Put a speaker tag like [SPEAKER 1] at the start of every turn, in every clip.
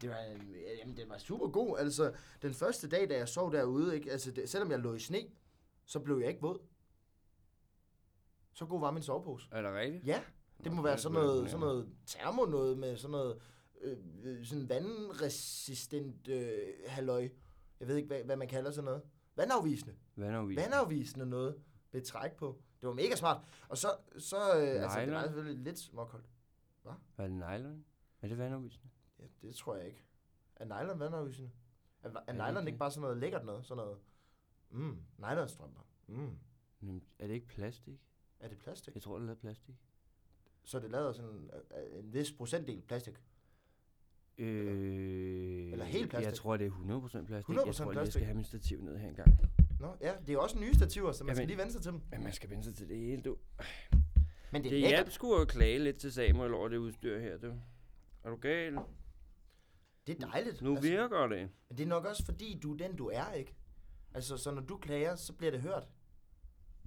[SPEAKER 1] det var, øh, jamen, den var super god. Altså, den første dag, da jeg sov derude, ikke? Altså, det, selvom jeg lå i sne, så blev jeg ikke våd. Så god var min sovepose.
[SPEAKER 2] Er det rigtigt?
[SPEAKER 1] Ja, det må
[SPEAKER 2] Nå,
[SPEAKER 1] være
[SPEAKER 2] det
[SPEAKER 1] sådan
[SPEAKER 2] lyder
[SPEAKER 1] noget,
[SPEAKER 2] imponerende.
[SPEAKER 1] sådan noget termo noget med sådan noget øh, øh, sådan vandresistent øh, halløj. Jeg ved ikke, hvad, hvad man kalder sådan noget. Vandafvisende.
[SPEAKER 2] Vandafvisende.
[SPEAKER 1] Vandafvisende noget med træk på. Det var mega smart. Og så, så øh, altså, det var
[SPEAKER 2] Nylon?
[SPEAKER 1] selvfølgelig lidt småkoldt.
[SPEAKER 2] Var det nylon? Er det vandafvisende?
[SPEAKER 1] Ja, det tror jeg ikke. Er nylon vandafvisende? Er, er
[SPEAKER 2] det
[SPEAKER 1] nylon
[SPEAKER 2] ikke
[SPEAKER 1] ikke
[SPEAKER 2] det?
[SPEAKER 1] bare sådan noget lækkert noget? Sådan noget, mm, nylonstrømper. Mm.
[SPEAKER 2] Jamen, er det ikke plastik?
[SPEAKER 1] Er det plastik?
[SPEAKER 2] Jeg tror, det er plastik.
[SPEAKER 1] Så er det lavet af sådan øh, en vis procentdel plastik.
[SPEAKER 2] Øh,
[SPEAKER 1] Eller helt plastik?
[SPEAKER 2] Jeg tror, det er 100% plastik.
[SPEAKER 1] 100%
[SPEAKER 2] jeg tror, lige, jeg
[SPEAKER 1] plastik.
[SPEAKER 2] skal have min stativ ned her engang.
[SPEAKER 1] Nå, ja, det er jo også nye stativer, så man skal
[SPEAKER 2] Jamen-
[SPEAKER 1] lige vende sig til dem.
[SPEAKER 2] Men man skal vende sig til det hele, du.
[SPEAKER 1] Men det er
[SPEAKER 2] Det
[SPEAKER 1] lækkert.
[SPEAKER 2] hjalp sgu at klage lidt til Samuel over det udstyr her, du. Er du gal?
[SPEAKER 1] Det er dejligt. Altså,
[SPEAKER 2] Nu virker det.
[SPEAKER 1] Men det er nok også fordi, du er den, du er, ikke? Altså, så når du klager, så bliver det hørt.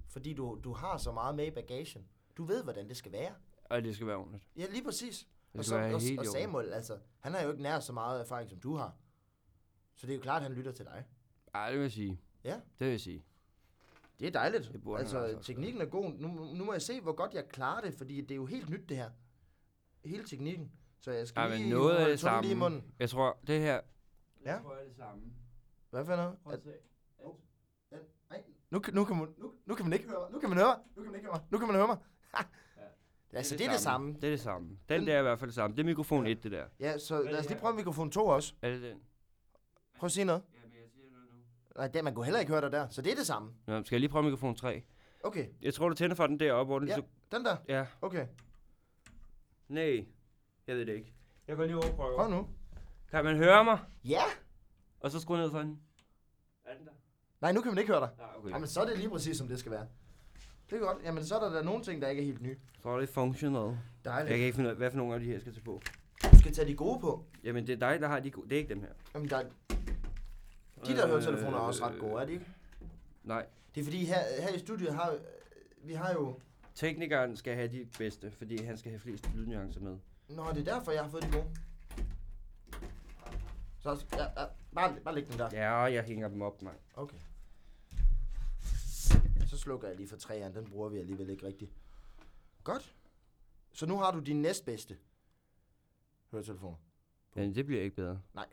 [SPEAKER 1] Fordi du, du har så meget med i bagagen. Du ved, hvordan det skal være.
[SPEAKER 2] Og det skal være ordentligt.
[SPEAKER 1] Ja, lige præcis.
[SPEAKER 2] Det
[SPEAKER 1] Og,
[SPEAKER 2] skal
[SPEAKER 1] så,
[SPEAKER 2] være
[SPEAKER 1] og,
[SPEAKER 2] helt i
[SPEAKER 1] og
[SPEAKER 2] orden.
[SPEAKER 1] Samuel, altså, han har jo ikke nær så meget erfaring, som du har. Så det er jo klart, at han lytter til dig.
[SPEAKER 2] Ej, det vil jeg sige.
[SPEAKER 1] Ja.
[SPEAKER 2] Det vil jeg sige.
[SPEAKER 1] Det er dejligt.
[SPEAKER 2] Det burde han
[SPEAKER 1] altså,
[SPEAKER 2] altså også
[SPEAKER 1] teknikken er god. Nu, nu må jeg se, hvor godt jeg klarer det, fordi det er jo helt nyt, det her. Hele teknikken. Så jeg skal
[SPEAKER 2] Ej,
[SPEAKER 1] lige
[SPEAKER 2] men noget af
[SPEAKER 1] holde
[SPEAKER 2] det
[SPEAKER 1] tungen lige i
[SPEAKER 2] samme.
[SPEAKER 1] munden.
[SPEAKER 2] Jeg tror, det her...
[SPEAKER 1] Ja.
[SPEAKER 2] tror, det er det samme.
[SPEAKER 1] Hvad for noget?
[SPEAKER 2] Prøv at se.
[SPEAKER 1] Nu, kan- nu, kan man, nu, nu kan man ikke høre mig. Nu kan man høre mig. Nu kan man ikke høre mig. Nu kan man høre mig. ja. Altså, det er det samme.
[SPEAKER 2] Det er det samme. Den der er i hvert fald det samme. Det er mikrofon 1, det der.
[SPEAKER 1] Ja, så lad os
[SPEAKER 2] det
[SPEAKER 1] lige
[SPEAKER 2] her?
[SPEAKER 1] prøve mikrofon 2 også.
[SPEAKER 2] Er det den?
[SPEAKER 1] Prøv at sige noget.
[SPEAKER 2] Ja, men jeg siger noget nu.
[SPEAKER 1] Nej, det, man kunne heller ikke høre dig der. Så det er det samme.
[SPEAKER 2] Nå, skal jeg lige prøve mikrofon 3?
[SPEAKER 1] Okay,
[SPEAKER 2] Jeg tror, du tænder for den deroppe, hvor den...
[SPEAKER 1] Ja.
[SPEAKER 2] så-
[SPEAKER 1] den der.
[SPEAKER 2] ja.
[SPEAKER 1] Okay,
[SPEAKER 2] Nej, jeg ved det ikke. Jeg går lige over og prøver.
[SPEAKER 1] prøv nu.
[SPEAKER 2] Kan man høre mig?
[SPEAKER 1] Ja!
[SPEAKER 2] Og så skru ned for den. Er den der?
[SPEAKER 1] Nej, nu kan man ikke høre dig.
[SPEAKER 2] Nej, okay.
[SPEAKER 1] Jamen, så er det lige præcis, som det skal være. Det er godt. Jamen, så er der, der nogle ting, der ikke er helt nye.
[SPEAKER 2] Så er det functional.
[SPEAKER 1] Dejligt.
[SPEAKER 2] Jeg kan ikke finde ud af, hvad for nogle af de her jeg skal tage på.
[SPEAKER 1] Du skal tage de gode på.
[SPEAKER 2] Jamen, det er dig, der har de gode. Det er ikke dem her.
[SPEAKER 1] Jamen, der, de der høretelefoner er også ret gode, er de ikke?
[SPEAKER 2] Nej.
[SPEAKER 1] Det er fordi, her, her i studiet har vi har jo...
[SPEAKER 2] Teknikeren skal have de bedste, fordi han skal have flest lydnuancer med.
[SPEAKER 1] Nå, det er derfor, jeg har fået de gode. Så, ja, ja, bare, bare læg den der.
[SPEAKER 2] Ja, og jeg hænger dem op, mand.
[SPEAKER 1] Okay. Så slukker jeg lige for træerne. Den bruger vi alligevel ikke rigtigt. Godt. Så nu har du din næstbedste høretelefoner.
[SPEAKER 2] Men det bliver ikke bedre.
[SPEAKER 1] Nej.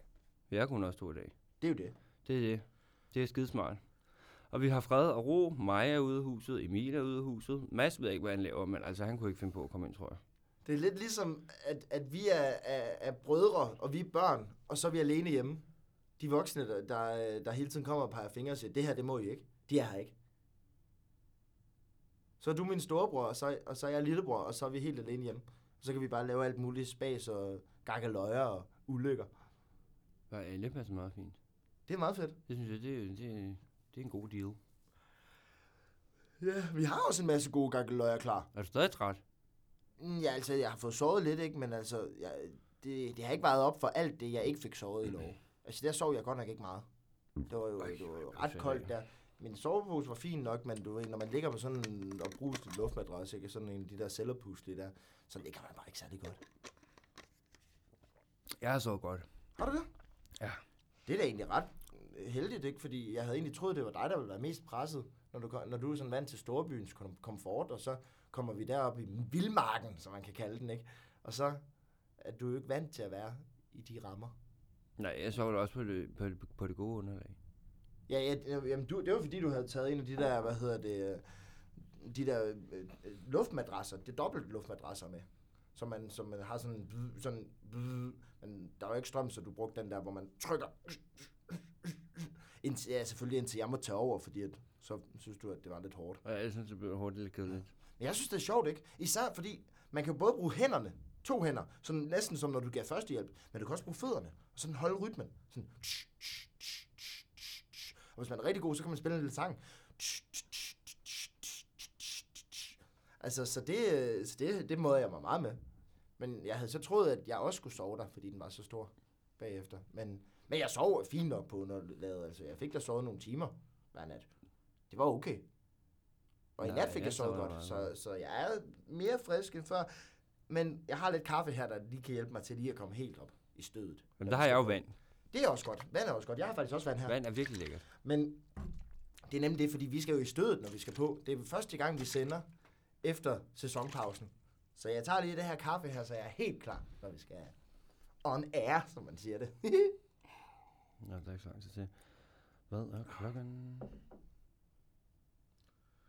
[SPEAKER 2] Jeg kunne også to i dag.
[SPEAKER 1] Det er jo det.
[SPEAKER 2] Det er det. Det er skidesmart. Og vi har fred og ro. Maja er ude af huset. Emil er ude af huset. Mads ved ikke, hvad han laver, men altså, han kunne ikke finde på at komme ind, tror jeg.
[SPEAKER 1] Det er lidt ligesom, at, at vi er, er, er brødre, og vi er børn, og så er vi alene hjemme. De voksne, der, der, der hele tiden kommer og peger fingre og siger, det her, det må I ikke. De er her ikke. Så er du min storebror, og så, og så er jeg lillebror, og så er vi helt alene hjemme. Så kan vi bare lave alt muligt spas og gakkeløjer og ulykker.
[SPEAKER 2] Ja, ja, det passer meget fint.
[SPEAKER 1] Det er meget fedt.
[SPEAKER 2] Det synes jeg, det, det, det er en god deal.
[SPEAKER 1] Ja, vi har også en masse gode gakkeløjer klar.
[SPEAKER 2] Er du stadig træt?
[SPEAKER 1] Mm, Ja, altså, jeg har fået sovet lidt, ikke? Men altså, jeg, det, det har ikke vejet op for alt det, jeg ikke fik sovet i lov. Altså, der sov jeg godt nok ikke meget. Det var jo,
[SPEAKER 2] Mm-hmm. Mm. Ej,
[SPEAKER 1] det var
[SPEAKER 2] hvor
[SPEAKER 1] jo
[SPEAKER 2] er det
[SPEAKER 1] ret koldt
[SPEAKER 2] lækkert.
[SPEAKER 1] der. Min sovepose var fin nok, men du ved, når man ligger på sådan en oppustet luftmadras, ikke? Sådan en af de der cellerpuslige der, så ligger man bare ikke særlig godt.
[SPEAKER 2] Jeg har sovet godt.
[SPEAKER 1] Har du det?
[SPEAKER 2] Ja.
[SPEAKER 1] Det er da egentlig ret øh, heldigt, ikke? Fordi jeg havde egentlig troet, det var dig, der ville være mest presset, når du, kom- når du er sådan vant til storbyens kom- komfort, og så kommer vi derop i vildmarken, som man kan kalde den, ikke? Og så er du jo ikke vant til at være i de rammer.
[SPEAKER 2] Nej, jeg sov da også på det, på, det, på det gode underlag.
[SPEAKER 1] Ja, ja jamen, du, det var fordi, du havde taget en af de der, hvad hedder det, øh, de der øh, øh, luftmadrasser, det er dobbelt luftmadrasser med. Så man, så man har sådan, en- sådan, men der var ikke strøm, så du brugte den der, hvor man trykker. Indtil, ja, selvfølgelig indtil jeg må tage over, fordi at, så synes du, at det var lidt hårdt.
[SPEAKER 2] Og jeg synes, det blev hurtigt lidt kedeligt.
[SPEAKER 1] Men jeg synes, det er sjovt, ikke? Især fordi, man kan jo både bruge hænderne, to hænder, sådan næsten som når du giver førstehjælp, men du kan også bruge fødderne, og sådan holde rytmen. Sådan. Og hvis man er rigtig god, så kan man spille en lille sang. Altså, så det, øh, så det, det måde jeg mig meget med. Men jeg havde så troet, at jeg også skulle sove der, fordi den var så stor bagefter. Men, men jeg sov fint nok på, når det lavede. Altså, jeg fik da sovet nogle timer hver nat. Det var okay. Og i
[SPEAKER 2] Nej,
[SPEAKER 1] nat fik
[SPEAKER 2] jeg
[SPEAKER 1] jeg sovet
[SPEAKER 2] sov
[SPEAKER 1] godt,
[SPEAKER 2] meget
[SPEAKER 1] så, så jeg er mere frisk end før. Men jeg har lidt kaffe her, der lige kan hjælpe mig til lige at komme helt op. i stødet.
[SPEAKER 2] Jamen, der har jeg jo vand.
[SPEAKER 1] Det er også godt. Vand er også godt. Jeg har faktisk også vand her.
[SPEAKER 2] Vand er virkelig lækkert.
[SPEAKER 1] Men det er nemlig det, fordi vi skal jo i stødet, når vi skal på. Det er første gang, vi sender efter sæsonpausen. Så jeg tager lige det her kaffe her, så jeg er helt klar, når vi skal on air, som man siger det.
[SPEAKER 2] Nå, der er ikke så lang tid til. Hvad er klokken?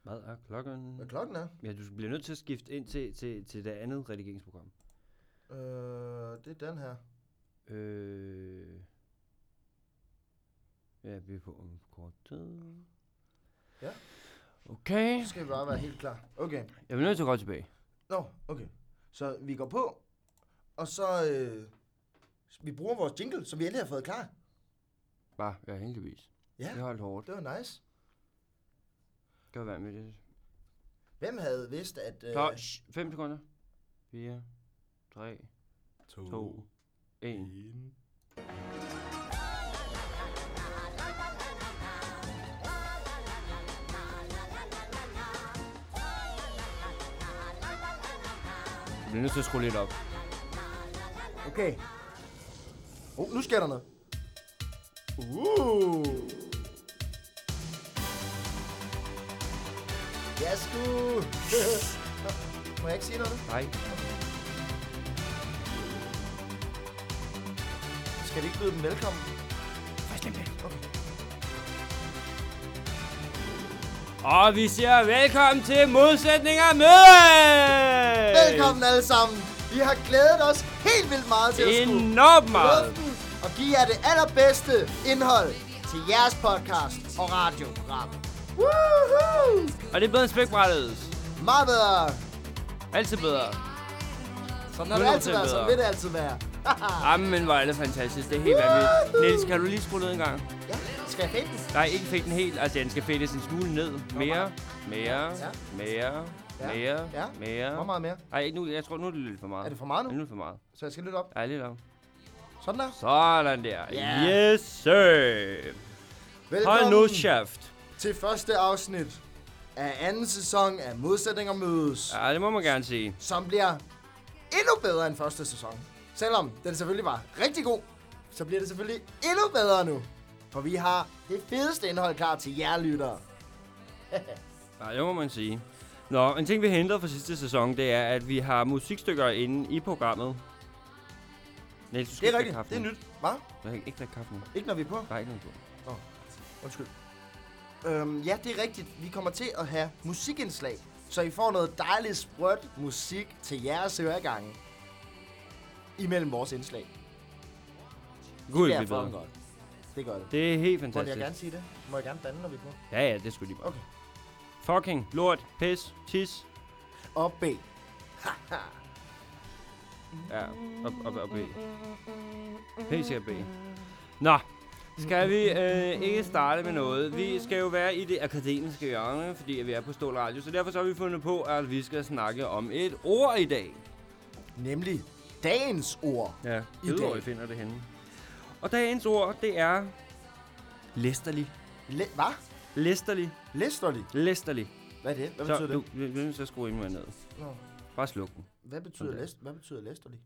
[SPEAKER 2] Hvad er klokken?
[SPEAKER 1] Hvad klokken er?
[SPEAKER 2] Ja, du bliver nødt til at skifte ind til, til, til det andet redigeringsprogram.
[SPEAKER 1] Øh, det er den her.
[SPEAKER 2] Øh... Ja, vi er på om kort tid.
[SPEAKER 1] Ja.
[SPEAKER 2] Okay.
[SPEAKER 1] Så skal vi bare være helt klar. Okay.
[SPEAKER 2] Jeg bliver nødt til at gå tilbage.
[SPEAKER 1] Nå, okay. Så vi går på, og så... Øh, vi bruger vores jingle, som vi endelig har fået klar.
[SPEAKER 2] Bare, ja, heldigvis.
[SPEAKER 1] Ja.
[SPEAKER 2] Det holdt hårdt.
[SPEAKER 1] Det var nice.
[SPEAKER 2] Gør være med det.
[SPEAKER 1] Øh. Hvem havde vidst, at... Øh,
[SPEAKER 2] Klar, 5 sekunder. 4, 3, 2, 1. Jeg bliver nødt til at skrue lidt op.
[SPEAKER 1] Okay. Oh, nu sker der noget. Uh. Ja, sku. Nå, Må jeg ikke sige noget?
[SPEAKER 2] Nej.
[SPEAKER 1] Skal vi ikke byde dem velkommen? Okay.
[SPEAKER 2] Og vi siger velkommen til Modsætninger med...
[SPEAKER 1] Velkommen alle sammen. Vi har glædet os helt vildt meget til at skulle
[SPEAKER 2] Enormt
[SPEAKER 1] i
[SPEAKER 2] meget.
[SPEAKER 1] luften og give jer det allerbedste indhold til jeres podcast og radioprogram. Woohoo!
[SPEAKER 2] Og det er bedre end spækbrættet.
[SPEAKER 1] Meget bedre.
[SPEAKER 2] Altid bedre.
[SPEAKER 1] Sådan har det altid været, sådan vil det altid være.
[SPEAKER 2] Jamen, hvor er det fantastisk. Det er helt vanvittigt. Niels, kan du lige skrue ned en gang?
[SPEAKER 1] ja, skal jeg finde den?
[SPEAKER 2] Nej, ikke fik den helt. Altså, den skal fældes en smule ned. Mere, mere,
[SPEAKER 1] Ja.
[SPEAKER 2] mere,
[SPEAKER 1] Ja.
[SPEAKER 2] mere,
[SPEAKER 1] Ja. Hvor
[SPEAKER 2] mere.
[SPEAKER 1] meget mere?
[SPEAKER 2] Nej, ikke nu. Jeg tror, nu er det lidt for meget.
[SPEAKER 1] Er det for meget nu?
[SPEAKER 2] Ja, Nu er det for meget.
[SPEAKER 1] Så jeg skal lytte op.
[SPEAKER 2] Ja, lidt om.
[SPEAKER 1] Sådan der.
[SPEAKER 2] Sådan der.
[SPEAKER 1] Ja.
[SPEAKER 2] Yes, sir. Hold nu, chef.
[SPEAKER 1] til første afsnit af anden sæson af Modsætninger Mødes, ja.
[SPEAKER 2] Ja, det må man gerne sige.
[SPEAKER 1] som bliver endnu bedre end første sæson. Selvom den selvfølgelig var rigtig god, så bliver det selvfølgelig endnu bedre nu. For vi har det fedeste indhold klar til jer lyttere.
[SPEAKER 2] Nej, det må man sige. Nå, en ting vi henter fra sidste sæson, det er, at vi har musikstykker inde i programmet. Niels, du skal
[SPEAKER 1] Det er
[SPEAKER 2] ikke
[SPEAKER 1] rigtigt.
[SPEAKER 2] drikke kaffe
[SPEAKER 1] Det er
[SPEAKER 2] nu.
[SPEAKER 1] nyt. Hvad?
[SPEAKER 2] Du kan ikke drikke kaffe nu.
[SPEAKER 1] Ikke når vi er på.
[SPEAKER 2] Der er ikke noget på.
[SPEAKER 1] Undskyld. Øhm, ja, det er rigtigt. Vi kommer til at have musikindslag, så I får noget dejligt sprødt musik til jeres øregange. Imellem vores indslag.
[SPEAKER 2] Gud,
[SPEAKER 1] det
[SPEAKER 2] det
[SPEAKER 1] er
[SPEAKER 2] er
[SPEAKER 1] fucking
[SPEAKER 2] bedre.
[SPEAKER 1] godt. Det gør det.
[SPEAKER 2] Det er helt
[SPEAKER 1] Må jeg
[SPEAKER 2] fantastisk.
[SPEAKER 1] gerne sige det? Må jeg gerne bande, når vi er på?
[SPEAKER 2] Ja, ja, det skulle lige meget.
[SPEAKER 1] Okay.
[SPEAKER 2] Fucking lort, pis, tis.
[SPEAKER 1] Og B.
[SPEAKER 2] Ja, op, op, op, B. Helt sikkert B. Nå, skal vi øh, ikke starte med noget? Vi skal jo være i det akademiske hjørne, fordi vi er på Stål Radio, så derfor så har vi fundet på, at vi skal snakke om et ord i dag.
[SPEAKER 1] Nemlig dagens ord.
[SPEAKER 2] Ja,
[SPEAKER 1] I
[SPEAKER 2] ved,
[SPEAKER 1] dag.
[SPEAKER 2] hvor I finder det henne. Og dagens ord, det er... Læsterlig.
[SPEAKER 1] Le- Hvad?
[SPEAKER 2] Læsterlig.
[SPEAKER 1] Læsterlig.
[SPEAKER 2] Læsterlig.
[SPEAKER 1] Hvad er det? Hvad
[SPEAKER 2] Så
[SPEAKER 1] betyder
[SPEAKER 2] du,
[SPEAKER 1] det?
[SPEAKER 2] du, du, så skruer ind ned.
[SPEAKER 1] Nå.
[SPEAKER 2] Bare sluk den.
[SPEAKER 1] Hvad betyder,
[SPEAKER 2] Okay.
[SPEAKER 1] læst- Hvad betyder læsterlig?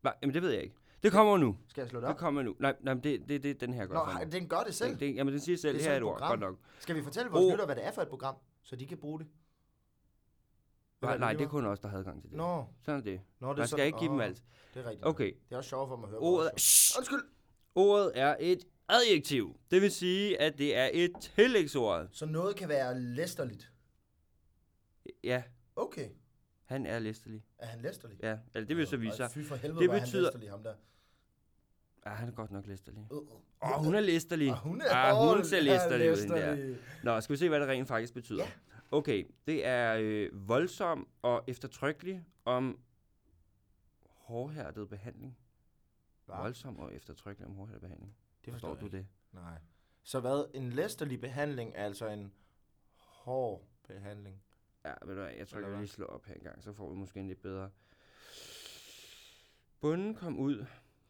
[SPEAKER 2] Hva? Jamen, det ved jeg ikke. Det kommer nu.
[SPEAKER 1] Skal jeg slå det
[SPEAKER 2] Det
[SPEAKER 1] op?
[SPEAKER 2] kommer nu. Nej, nej men det, det, det, den her gør
[SPEAKER 1] Nå,
[SPEAKER 2] for mig.
[SPEAKER 1] hej, den gør det selv.
[SPEAKER 2] Det, det, jamen, den siger selv,
[SPEAKER 1] Det
[SPEAKER 2] det
[SPEAKER 1] er
[SPEAKER 2] Oh. her
[SPEAKER 1] sådan et
[SPEAKER 2] er et ord.
[SPEAKER 1] program.
[SPEAKER 2] Godt nok.
[SPEAKER 1] Skal vi fortælle vores
[SPEAKER 2] Ord.
[SPEAKER 1] lytter, hvad det er for et program, så de kan bruge det? Hvad
[SPEAKER 2] Nej,
[SPEAKER 1] er
[SPEAKER 2] nej,
[SPEAKER 1] lige
[SPEAKER 2] det er
[SPEAKER 1] meget?
[SPEAKER 2] kun os, der havde gang til det.
[SPEAKER 1] Nå,
[SPEAKER 2] Sådan er det.
[SPEAKER 1] Nå det er
[SPEAKER 2] Man skal
[SPEAKER 1] sådan-
[SPEAKER 2] ikke give dem
[SPEAKER 1] Åh,
[SPEAKER 2] alt.
[SPEAKER 1] Det er rigtigt.
[SPEAKER 2] Okay,
[SPEAKER 1] Det er også sjovt for mig at høre. på
[SPEAKER 2] ordet,
[SPEAKER 1] vores show. Undskyld.
[SPEAKER 2] ordet er et adjektiv. Det vil sige, at det er et tillægsord.
[SPEAKER 1] Så noget kan være læsterligt.
[SPEAKER 2] Ja,
[SPEAKER 1] Okay.
[SPEAKER 2] han er læsterlig.
[SPEAKER 1] Er han læsterlig?
[SPEAKER 2] Ja, eller det vil så vise sig.
[SPEAKER 1] Ej, Fy for helvede,
[SPEAKER 2] Det
[SPEAKER 1] det betyder... han
[SPEAKER 2] betyder-
[SPEAKER 1] læsterlig, ham der.
[SPEAKER 2] Ja, han er godt nok læsterlig.
[SPEAKER 1] Uh, uh.
[SPEAKER 2] Åh, hun er læsterlig.
[SPEAKER 1] Og hun
[SPEAKER 2] Ah,
[SPEAKER 1] Åh,
[SPEAKER 2] hun ser
[SPEAKER 1] er
[SPEAKER 2] læsterlig ud, hende der.
[SPEAKER 1] læsterlig.
[SPEAKER 2] Nå, skal vi se, hvad det rent faktisk betyder.
[SPEAKER 1] Ja.
[SPEAKER 2] Okay, det er øh, voldsom og eftertrykkelig om hårdhærdet behandling.
[SPEAKER 1] Hva?
[SPEAKER 2] Voldsom og eftertrykkelig om hårdhærdet behandling.
[SPEAKER 1] Det
[SPEAKER 2] Forstår du det?
[SPEAKER 1] Nej. Så hvad? En læsterlig behandling er altså en hård behandling.
[SPEAKER 2] Ja, ved du hvad, jeg tror,
[SPEAKER 1] Eller
[SPEAKER 2] jeg
[SPEAKER 1] hvad?
[SPEAKER 2] lige slå op her engang, så får vi måske en lidt bedre. Bunden kom ud,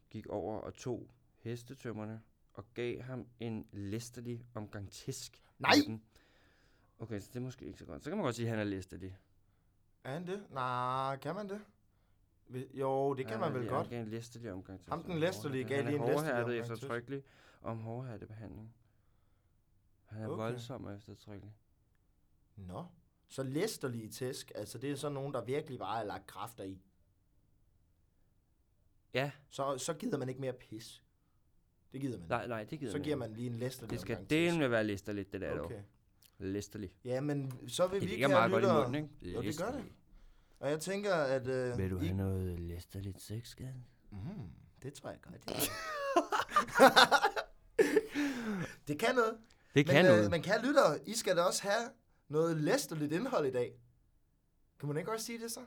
[SPEAKER 2] gik over og tog hestetømmerne og gav ham en læsterlig omgang tisk. med
[SPEAKER 1] Nej!
[SPEAKER 2] den. Okay, så det er måske ikke så godt. Så kan man godt sige, at han er læsterlig.
[SPEAKER 1] Er han det? Nej, kan man det? Vi- Jo, det kan man vel godt.
[SPEAKER 2] Han gav en læsterlig omgang til
[SPEAKER 1] Ham
[SPEAKER 2] sig.
[SPEAKER 1] den
[SPEAKER 2] Han er
[SPEAKER 1] læsterlige
[SPEAKER 2] hårdhærdet.
[SPEAKER 1] gav lige en
[SPEAKER 2] Han er
[SPEAKER 1] læsterlig
[SPEAKER 2] hårdhærdet
[SPEAKER 1] omgang til sig.
[SPEAKER 2] eftertrykkelig om hårdhærdebehandling. Han er
[SPEAKER 1] Okay.
[SPEAKER 2] voldsom og eftertrykkelig.
[SPEAKER 1] Nå. Så læsterlige tæsk, altså det er sådan nogen, der virkelig bare har lagt kræfter i.
[SPEAKER 2] Ja.
[SPEAKER 1] Så, så gider man ikke mere pis. Det gider man.
[SPEAKER 2] Nej, nej, det gider
[SPEAKER 1] så
[SPEAKER 2] man
[SPEAKER 1] giver
[SPEAKER 2] ikke.
[SPEAKER 1] man lige en læsterlig
[SPEAKER 2] Det skal
[SPEAKER 1] omgang til
[SPEAKER 2] delen
[SPEAKER 1] sig.
[SPEAKER 2] med at være læsterligt, det der okay.
[SPEAKER 1] Okay.
[SPEAKER 2] dog. Læsterligt.
[SPEAKER 1] Ja, men så vil
[SPEAKER 2] Det
[SPEAKER 1] vi
[SPEAKER 2] ligger
[SPEAKER 1] kære
[SPEAKER 2] meget godt i
[SPEAKER 1] lyttere-
[SPEAKER 2] munden, ikke?
[SPEAKER 1] Jo, det gør det. Og jeg tænker, at... Øh,
[SPEAKER 2] Vil du
[SPEAKER 1] I...
[SPEAKER 2] have noget læsterligt sex, skat?
[SPEAKER 1] Mm, det tror jeg godt. jeg vil. det kan noget.
[SPEAKER 2] Det kan
[SPEAKER 1] men, øh,
[SPEAKER 2] noget.
[SPEAKER 1] men kan lytter, I skal da også have noget læsterligt indhold i dag. Kan man ikke også sige det så?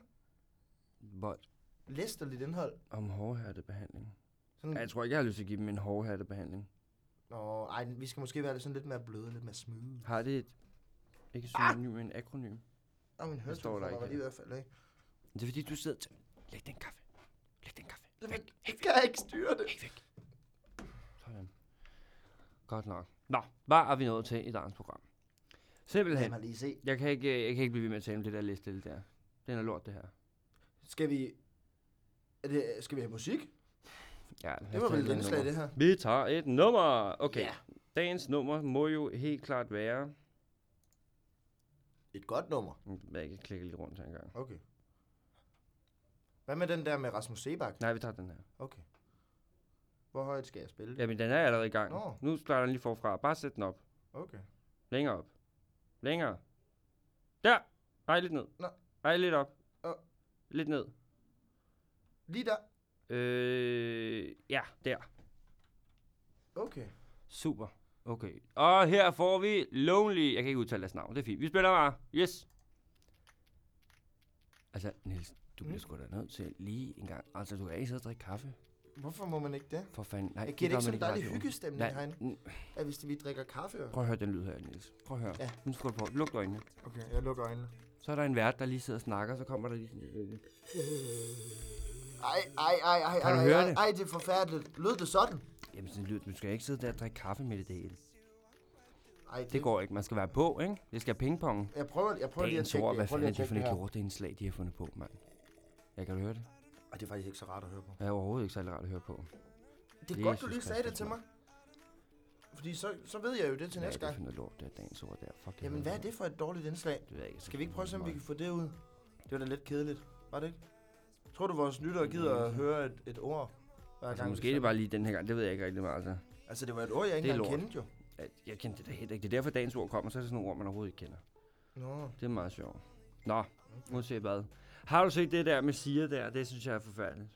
[SPEAKER 2] Vold
[SPEAKER 1] Læsterligt indhold.
[SPEAKER 2] om hårdhærdebehandling.
[SPEAKER 1] Sådan,
[SPEAKER 2] Jeg tror ikke, jeg har lyst til at give dem en hårdhærdebehandling.
[SPEAKER 1] Nå, ej, vi skal måske være lidt sådan lidt mere bløde, lidt mere smooth.
[SPEAKER 2] Har det et... Ikke et synonym, men en akronym.
[SPEAKER 1] Og min
[SPEAKER 2] står
[SPEAKER 1] høretelefoner
[SPEAKER 2] der ikke
[SPEAKER 1] var
[SPEAKER 2] her.
[SPEAKER 1] lige ved at falde af.
[SPEAKER 2] Det er fordi, du sidder til... Læg den kaffe. Læg den kaffe.
[SPEAKER 1] Jeg kan ikke styre det.
[SPEAKER 2] Sådan. Godt nok. Nå, hvad er vi nået til i dagens program?
[SPEAKER 1] Lad
[SPEAKER 2] Simpelthen.
[SPEAKER 1] mig lige se.
[SPEAKER 2] Jeg kan ikke, øh, jeg kan ikke blive ved med at tale om det der liste det der. Den er lort, det her.
[SPEAKER 1] Skal vi... Er det, skal vi have musik?
[SPEAKER 2] Ja, lad os
[SPEAKER 1] Det var vel
[SPEAKER 2] tage et
[SPEAKER 1] et
[SPEAKER 2] eller andet
[SPEAKER 1] indslag,
[SPEAKER 2] nummer.
[SPEAKER 1] det her.
[SPEAKER 2] Vi tager et nummer. Okay.
[SPEAKER 1] Ja.
[SPEAKER 2] Dagens nummer må jo helt klart være...
[SPEAKER 1] Et godt nummer.
[SPEAKER 2] Jeg kan klikke lidt rundt her engang.
[SPEAKER 1] Okay. Hvad med den der med Rasmus Sebak?
[SPEAKER 2] Nej, vi tager den her.
[SPEAKER 1] Okay. Hvor højt skal jeg spille?
[SPEAKER 2] Jamen, den er allerede i gang.
[SPEAKER 1] Nå.
[SPEAKER 2] Nu starter den lige forfra. Bare sæt den op.
[SPEAKER 1] Okay.
[SPEAKER 2] Længere op. Længere. Der! Ej, lidt ned.
[SPEAKER 1] Nå.
[SPEAKER 2] Ej, lidt op.
[SPEAKER 1] Åh.
[SPEAKER 2] Lidt ned.
[SPEAKER 1] Lige der.
[SPEAKER 2] Øh, ja, der.
[SPEAKER 1] Okay.
[SPEAKER 2] Super. Okay. Og her får vi Lonely. Jeg kan ikke udtale deres navn. Det er fint. Vi spiller bare. Yes. Altså, Niels, du bliver
[SPEAKER 1] Mm.
[SPEAKER 2] sgu da nødt til lige en gang. Altså, du kan ikke sidde og drikke kaffe.
[SPEAKER 1] Hvorfor må man ikke det?
[SPEAKER 2] For fanden. Nej,
[SPEAKER 1] Jeg giver det ikke
[SPEAKER 2] gør man
[SPEAKER 1] sådan en
[SPEAKER 2] i
[SPEAKER 1] dejlig
[SPEAKER 2] radioen.
[SPEAKER 1] hyggestemning
[SPEAKER 2] Nej,
[SPEAKER 1] herinde,
[SPEAKER 2] n-
[SPEAKER 1] at hvis vi drikker kaffe. og-
[SPEAKER 2] Prøv at høre den lyd her, Niels. Prøv at høre.
[SPEAKER 1] Ja.
[SPEAKER 2] Nu skal du på. Luk øjnene.
[SPEAKER 1] Okay, jeg lukker øjnene.
[SPEAKER 2] Så er der en vært, der lige sidder og snakker, så kommer der lige sådan... øh,
[SPEAKER 1] Ej, ej, ej, ej,
[SPEAKER 2] Kan du
[SPEAKER 1] ej,
[SPEAKER 2] høre
[SPEAKER 1] ej,
[SPEAKER 2] det?
[SPEAKER 1] ej, det er forfærdeligt. Lød det sådan?
[SPEAKER 2] Jamen, sådan en lyd. Du skal ikke sidde der og drikke kaffe med det hele.
[SPEAKER 1] Ej,
[SPEAKER 2] Det går ikke. Man skal være på, ikke? Det skal pingpong.
[SPEAKER 1] Jeg prøver, jeg prøver lige at
[SPEAKER 2] Dagens
[SPEAKER 1] tjekke
[SPEAKER 2] ord,
[SPEAKER 1] det.
[SPEAKER 2] hvad
[SPEAKER 1] Jeg prøver
[SPEAKER 2] fanden
[SPEAKER 1] lige
[SPEAKER 2] er
[SPEAKER 1] at
[SPEAKER 2] det for
[SPEAKER 1] tjekke
[SPEAKER 2] et
[SPEAKER 1] det her.
[SPEAKER 2] lortindslag, de har fundet på, mand? Ja, kan du høre det?
[SPEAKER 1] Ej, det er faktisk ikke så rart at høre på.
[SPEAKER 2] Det er overhovedet ikke særlig rart at høre på.
[SPEAKER 1] Det er godt, du
[SPEAKER 2] Jesus
[SPEAKER 1] lige sagde det
[SPEAKER 2] Kristus,
[SPEAKER 1] til mig. Fordi så, så ved jeg jo det til næste
[SPEAKER 2] Hvad er det
[SPEAKER 1] gang.
[SPEAKER 2] for noget lort, der dagens ord der? Fuck, det
[SPEAKER 1] Jamen,
[SPEAKER 2] er
[SPEAKER 1] hvad er
[SPEAKER 2] noget
[SPEAKER 1] det for et dårligt indslag?
[SPEAKER 2] lort. Det ved jeg ikke.
[SPEAKER 1] Skal vi ikke prøve at se, om vi kan få det ud? Det var da lidt kedeligt, var det ikke? Tror du, vores lyttere gider at høre et, et ord? Hver
[SPEAKER 2] Altså,
[SPEAKER 1] gang, vi
[SPEAKER 2] måske er det
[SPEAKER 1] sender?
[SPEAKER 2] bare lige den her gang. Det ved jeg ikke rigtig meget. Altså.
[SPEAKER 1] Altså, det var et ord, jeg ikke
[SPEAKER 2] Det er
[SPEAKER 1] engang
[SPEAKER 2] lort.
[SPEAKER 1] kendte jo.
[SPEAKER 2] Jeg, jeg kendte det da helt ikke. Det er derfor, dagens ord kommer, så er det sådan nogle ord, man overhovedet ikke kender.
[SPEAKER 1] Nå.
[SPEAKER 2] Det er meget sjovt. Nå, uanset hvad. Har du set det der med Sia der? Det synes jeg er forfærdeligt.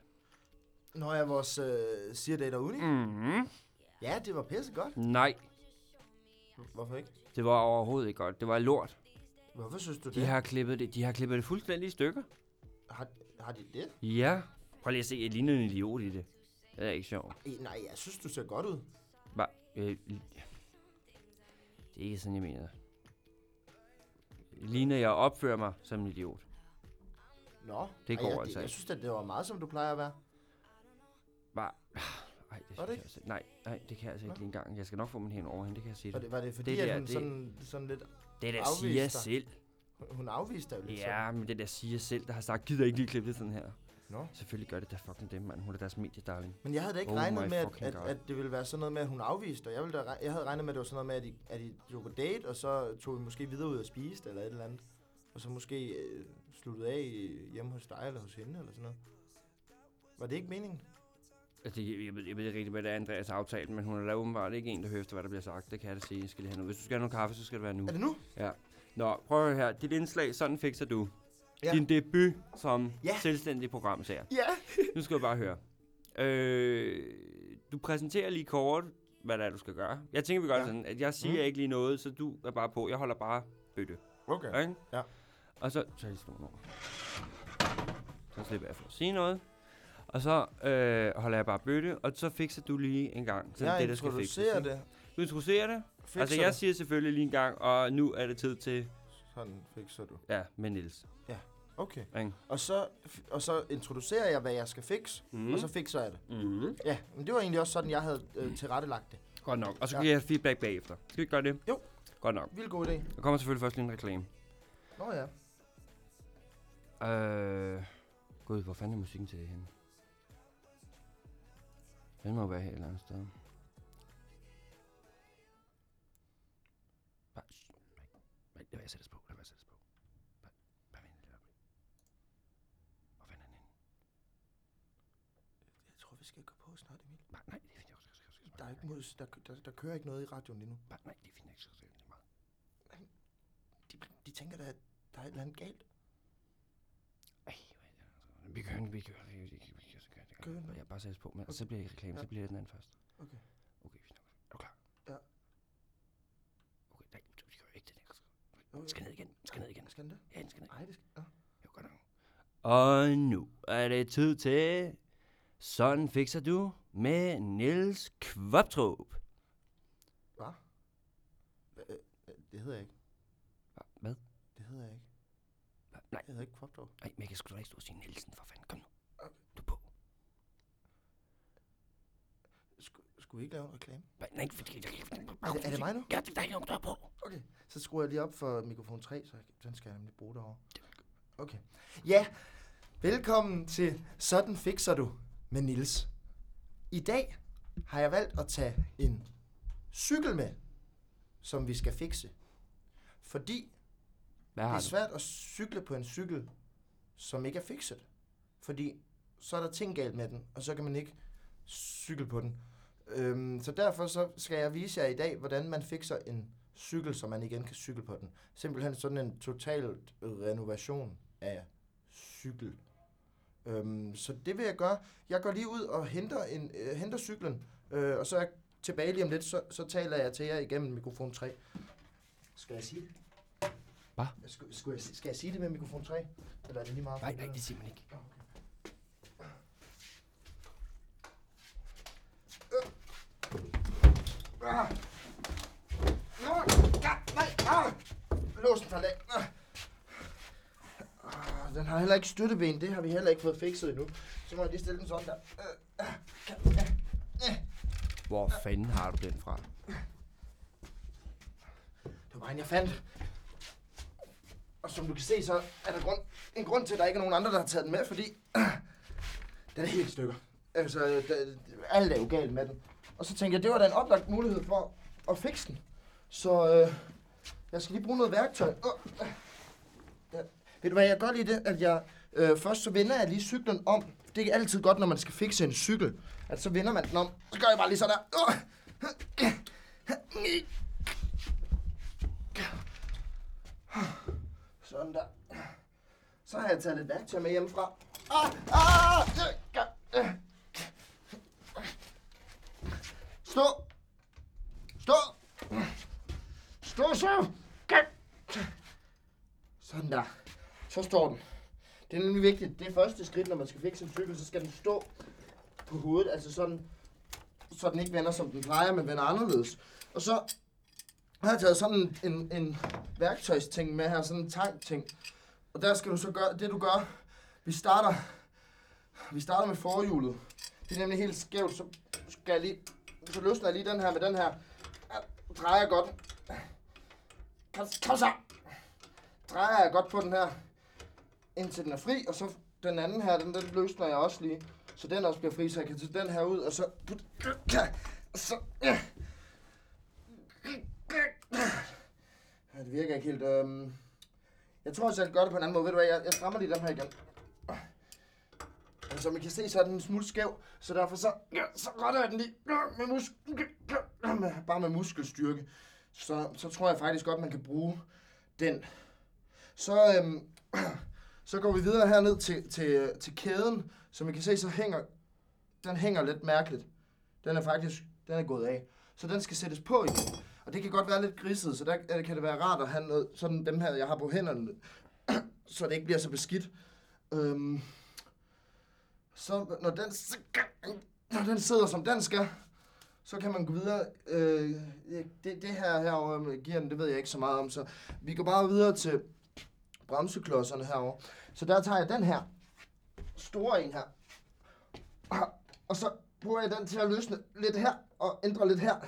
[SPEAKER 1] Nå, jeg vores øh, siger det der uni.
[SPEAKER 2] Mm-hmm.
[SPEAKER 1] Ja, det var pisse godt.
[SPEAKER 2] Nej,
[SPEAKER 1] Hvorfor ikke?
[SPEAKER 2] det var overhovedet ikke godt. Det var lort.
[SPEAKER 1] Hvorfor synes du det?
[SPEAKER 2] De har klippet det, de har klippet det fuldstændig i stykker.
[SPEAKER 1] Har, har de det?
[SPEAKER 2] Ja. Prøv lige at se, jeg ligner en idiot i det. Det er ikke sjovt.
[SPEAKER 1] Eh, nej, jeg synes, du ser godt ud.
[SPEAKER 2] Bare, øh, li- det er ikke sådan, jeg mener. det. Ligner jeg opfører mig som en idiot?
[SPEAKER 1] Nå.
[SPEAKER 2] Det
[SPEAKER 1] Ej,
[SPEAKER 2] går
[SPEAKER 1] jeg,
[SPEAKER 2] altså
[SPEAKER 1] Jeg
[SPEAKER 2] ikke.
[SPEAKER 1] synes, at det var meget, som du plejer at være.
[SPEAKER 2] Bare, ej, det,
[SPEAKER 1] Var
[SPEAKER 2] kan
[SPEAKER 1] det
[SPEAKER 2] jeg
[SPEAKER 1] ikke?
[SPEAKER 2] altså, ikke- nej, nej, det kan jeg altså ikke
[SPEAKER 1] Nå.
[SPEAKER 2] lige engang. Jeg skal nok få min hænder over hende, det kan jeg sige
[SPEAKER 1] Var
[SPEAKER 2] dig.
[SPEAKER 1] det, var det fordi, det
[SPEAKER 2] der,
[SPEAKER 1] at hun
[SPEAKER 2] det-
[SPEAKER 1] det... sådan, sådan lidt...
[SPEAKER 2] Det der
[SPEAKER 1] afviste
[SPEAKER 2] siger
[SPEAKER 1] dig.
[SPEAKER 2] selv.
[SPEAKER 1] Hun afviste dig jo lidt sådan.
[SPEAKER 2] Ja, men det der siger selv, der har sagt, gider ikke lige klippe det sådan her.
[SPEAKER 1] Nå.
[SPEAKER 2] Selvfølgelig gør det da fucking dem, mand. Hun er deres mediedarling.
[SPEAKER 1] Men jeg havde da ikke
[SPEAKER 2] Oh
[SPEAKER 1] oh regnet
[SPEAKER 2] my
[SPEAKER 1] med, at,
[SPEAKER 2] fucking
[SPEAKER 1] at,
[SPEAKER 2] God.
[SPEAKER 1] at, det ville være sådan noget med, at hun afviste. Og jeg, ville da, re- jeg havde regnet med, at det var sådan noget med, at I, at I tog på date, og så tog I måske videre ud og spiste, eller et eller andet. Og så måske øh, sluttede af i- hjemme hos dig, eller hos hende, eller sådan noget. Var det ikke meningen?
[SPEAKER 2] Altså, jeg, jeg, ved, jeg ved ikke rigtig, hvad det er, Andreas har aftalt, men hun er da åbenbart ikke en, der hører efter, hvad der bliver sagt. Det kan jeg da sige. Jeg skal lige have noget. Hvis du skal have noget kaffe, så skal det være nu.
[SPEAKER 1] Er det nu?
[SPEAKER 2] Nå, prøv at høre her. Dit indslag, sådan fikser du. Ja.
[SPEAKER 1] Ja.
[SPEAKER 2] Din debut som ja.
[SPEAKER 1] Ja.
[SPEAKER 2] selvstændig programserie.
[SPEAKER 1] Ja.
[SPEAKER 2] Nu skal du bare høre. Øh, du præsenterer lige kort, hvad der er, du skal gøre. Jeg tænker, vi gør ja.
[SPEAKER 1] Ja.
[SPEAKER 2] sådan, at jeg siger mm.
[SPEAKER 1] Mm.
[SPEAKER 2] ikke lige noget, så du er bare på. Jeg holder bare bøtte.
[SPEAKER 1] Okay.
[SPEAKER 2] Ja. Ikke?
[SPEAKER 1] Ja.
[SPEAKER 2] Og så tager jeg stolen over. Så slipper jeg for at sige noget. Og så øh, holder jeg bare bøtte, og så fikser du lige en gang. Så
[SPEAKER 1] jeg
[SPEAKER 2] det, der skal fikses.
[SPEAKER 1] introducerer
[SPEAKER 2] ikke?
[SPEAKER 1] det.
[SPEAKER 2] Du introducerer det.
[SPEAKER 1] Fikser
[SPEAKER 2] altså, jeg
[SPEAKER 1] det.
[SPEAKER 2] siger selvfølgelig lige en gang, og nu er det tid til,
[SPEAKER 1] Sådan fikser du.
[SPEAKER 2] ja, med Niels.
[SPEAKER 1] Okay.
[SPEAKER 2] Ring.
[SPEAKER 1] Og så, og så introducerer jeg, hvad jeg skal fikse,
[SPEAKER 2] Mm-hmm.
[SPEAKER 1] mm. og så fikser jeg det.
[SPEAKER 2] Mm.
[SPEAKER 1] Ja, men det var egentlig også sådan, jeg havde øh, tilrettelagt det.
[SPEAKER 2] Godt nok. Og så kan
[SPEAKER 1] Ja.
[SPEAKER 2] jeg have feedback bagefter. Skal vi ikke gøre det?
[SPEAKER 1] Jo.
[SPEAKER 2] Godt nok.
[SPEAKER 1] Vild god idé.
[SPEAKER 2] Der kommer selvfølgelig først lige en reklame.
[SPEAKER 1] Nå ja.
[SPEAKER 2] Øh, Gud, hvor fanden er musikken til det henne? Den må være her et eller andet sted. Bare, shh, nej, nej, lad være, jeg sætter på, lad være, jeg sætter på. Bare, bare vent, lad være. Hvor fanden er den henne?
[SPEAKER 1] Jeg tror, vi skal gå på snart, Emil.
[SPEAKER 2] Bare, nej, det er fint, jeg skal, skal, skal,
[SPEAKER 1] Der, er ikke mod, der, der, der kører ikke noget i radioen endnu.
[SPEAKER 2] Bare, nej, det er fint, jeg skal, skal, det er meget.
[SPEAKER 1] De, de tænker da, at der er et eller andet galt.
[SPEAKER 2] Ej, hvor er det altså- vi kan, vi kan, vi kan, vi kan, vi kan, vi kan,
[SPEAKER 1] Gør det.
[SPEAKER 2] vi kan, jeg bare sætter på, men så bliver det ikke reklame,
[SPEAKER 1] Ja.
[SPEAKER 2] så bliver det den anden først.
[SPEAKER 1] Okay.
[SPEAKER 2] Okay, fint nok. Er du klar?
[SPEAKER 1] Ja.
[SPEAKER 2] Okay, nej, du skal jo ikke til det.
[SPEAKER 1] Jo, jo.
[SPEAKER 2] Den Skal ned igen, den skal ned igen.
[SPEAKER 1] Skal den det?
[SPEAKER 2] Ja, den skal ned.
[SPEAKER 1] Nej, det skal... Ja.
[SPEAKER 2] Jo, godt nok. Og nu er det tid til Sådan fikser du med Niels Kvaptrup.
[SPEAKER 1] Hvad? Øh, øh, Det hedder jeg ikke.
[SPEAKER 2] Hvad?
[SPEAKER 1] Det hedder jeg ikke.
[SPEAKER 2] Hva? Nej,
[SPEAKER 1] Jeg hedder ikke Kvopdorf.
[SPEAKER 2] nej, men jeg kan sgu da ikke stå og sige Nielsen, for fanden. Kom nu. Du er på.
[SPEAKER 1] Sk- skulle vi ikke lave en reklame?
[SPEAKER 2] Nej, nej, fordi jeg kan ikke...
[SPEAKER 1] Er det, er det mig nu?
[SPEAKER 2] Ja, det er dig, der er på.
[SPEAKER 1] Okay, så skruer jeg lige op for mikrofon 3, så jeg, den skal jeg nemlig bruge derovre. Okay. Ja, velkommen til Sådan fikser du med Nils. I dag har jeg valgt at tage en cykel med, som vi skal fikse. Fordi
[SPEAKER 2] Hvad
[SPEAKER 1] det
[SPEAKER 2] har
[SPEAKER 1] er
[SPEAKER 2] du?
[SPEAKER 1] svært at cykle på en cykel, som ikke er fikset. Fordi så er der ting galt med den, og så kan man ikke cykle på den. Øhm, så derfor så skal jeg vise jer i dag, hvordan man fikser en cykel, så man igen kan cykle på den. Simpelthen sådan en total renovation af cykel. Øhm, så det vil jeg gøre. Jeg går lige ud og henter, en, øh, henter cyklen, øh, og så er jeg tilbage lige om lidt, så, så taler jeg til jer igennem mikrofon 3. Skal jeg sige
[SPEAKER 2] Hvad?
[SPEAKER 1] Skal, skal, jeg, skal jeg sige det med mikrofon 3? Eller er det lige meget?
[SPEAKER 2] Nej, nej, det siger man ikke.
[SPEAKER 1] Ah! Nå, ja, nej, ah! Låsen faldt af. Ah. Ah, Den har heller ikke støtteben, det har vi heller ikke fået fikset endnu. Så må jeg lige stille den sådan der. Øh, ah, kan- ah, ah.
[SPEAKER 2] Hvor fanden har du den fra?
[SPEAKER 1] Det var en, jeg fandt. Og som du kan se, så er der grund, en grund til, at der ikke er nogen andre, der har taget den med, fordi den er helt i stykker. Altså, øh, der- alt er jo galt med den. Og så tænkte jeg, det var da en oplagt mulighed for at fikse den. Så øh, jeg skal lige bruge noget værktøj. Åh, øh. Ja. Ved du hvad, jeg gør lige det, at jeg øh, først så vender jeg lige cyklen om. Det er altid godt, når man skal fikse en cykel, at så vender man den om. Så gør jeg bare lige sådan der. Åh. Sådan der. Så har jeg taget lidt værktøj med hjemmefra. Ah, ah, øh, gør, øh. Stå! Stå! Stå så! Gør. Sådan der. Så står den. Det er nemlig vigtigt. Det er første skridt, når man skal fikse en cykel, så skal den stå på hovedet. Altså sådan, så den ikke vender, som den plejer, men vender anderledes. Og så jeg har taget sådan en, en, en værktøjsting med her, sådan en tang-ting. Og der skal du så gøre, det du gør, vi starter, vi starter med forhjulet. Det er nemlig helt skævt, så skal jeg lige, så løsner jeg lige den her med den her. Ja, Drejer godt. Kom, kom så! Drejer jeg godt på den her, indtil den er fri, og så den anden her, den, den løsner jeg også lige, så den også bliver fri, så jeg kan tage den her ud, og så... Så... Ja. Ja, det virker ikke helt. Øhm. Jeg tror også, jeg kan gøre det på en anden måde. Ved du hvad, jeg, jeg strammer lige dem her igen. Men som I kan se, så er den en smule skæv, så derfor så, ja, så retter jeg den lige ja, med mus- ja, med- bare med muskelstyrke. Så, så tror jeg faktisk godt, man kan bruge den. Så, øhm, så går vi videre herned til, til, til kæden. Som I kan se, så hænger den hænger lidt mærkeligt. Den er faktisk den er gået af. Så den skal sættes på igen. Og det kan godt være lidt griset, så der øh, kan det være rart at have noget, sådan dem her, jeg har på hænderne, så det ikke bliver så beskidt. Øhm, så når den, s- når den sidder, som den skal, så kan man gå videre. Øh, det, det her herovre med gearne, det ved jeg ikke så meget om, så vi går bare videre til bremseklodserne herovre. Så der tager jeg den her store en her, Ah, og så bruger jeg den til at løsne lidt her og ændre lidt her.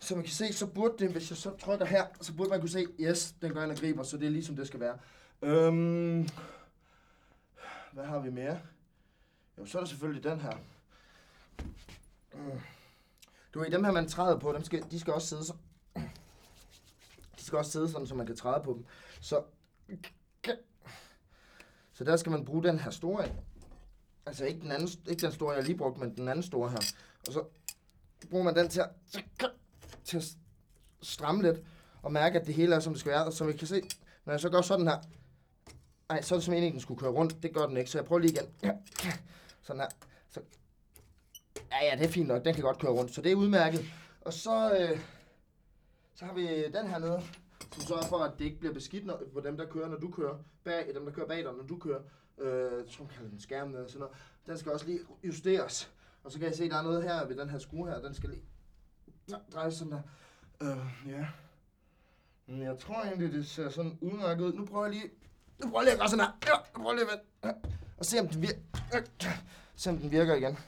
[SPEAKER 1] Som man kan se, så burde det, hvis jeg så trykker her, så burde man kunne se, yes, den går ind og griber, så det er ligesom det skal være. Øhm, Hvad har vi mere? Jo, så er der selvfølgelig den her. Mm. Du ved, dem her, man træder på, dem skal, de skal også sidde så... De skal også sidde sådan, så man kan træde på dem. Så... Så der skal man bruge den her store en. Altså ikke den, anden, ikke den store, jeg lige brugte, men den anden store her. Og så bruger man den til at, til at stramme lidt og mærke, at det hele er, som det skal være. Og som I kan se, når jeg så gør sådan her, ej, så er det som meningen, den skulle køre rundt. Det gør den ikke, så jeg prøver lige igen. Sådan her. Så... Ja, ja, det er fint nok. Den kan godt køre rundt, så det er udmærket. Og så, øh, så har vi den her nede, som sørger for, at det ikke bliver beskidt når, på dem, der kører, når du kører. Bag, dem, der kører bag dig, når du kører. Øh, jeg tror, man kalder den skærmen eller sådan noget. Den skal også lige justeres. Og så kan jeg se, at der er noget her ved den her skrue her. Den skal lige drejes sådan der. Øh, ja. Men jeg tror egentlig, det ser sådan udmærket ud. Nu prøver jeg lige... Nu prøver jeg lige at gøre sådan her. Ja, nu prøver jeg lige at vende. Ja. Og se om, den virker. se om den virker igen.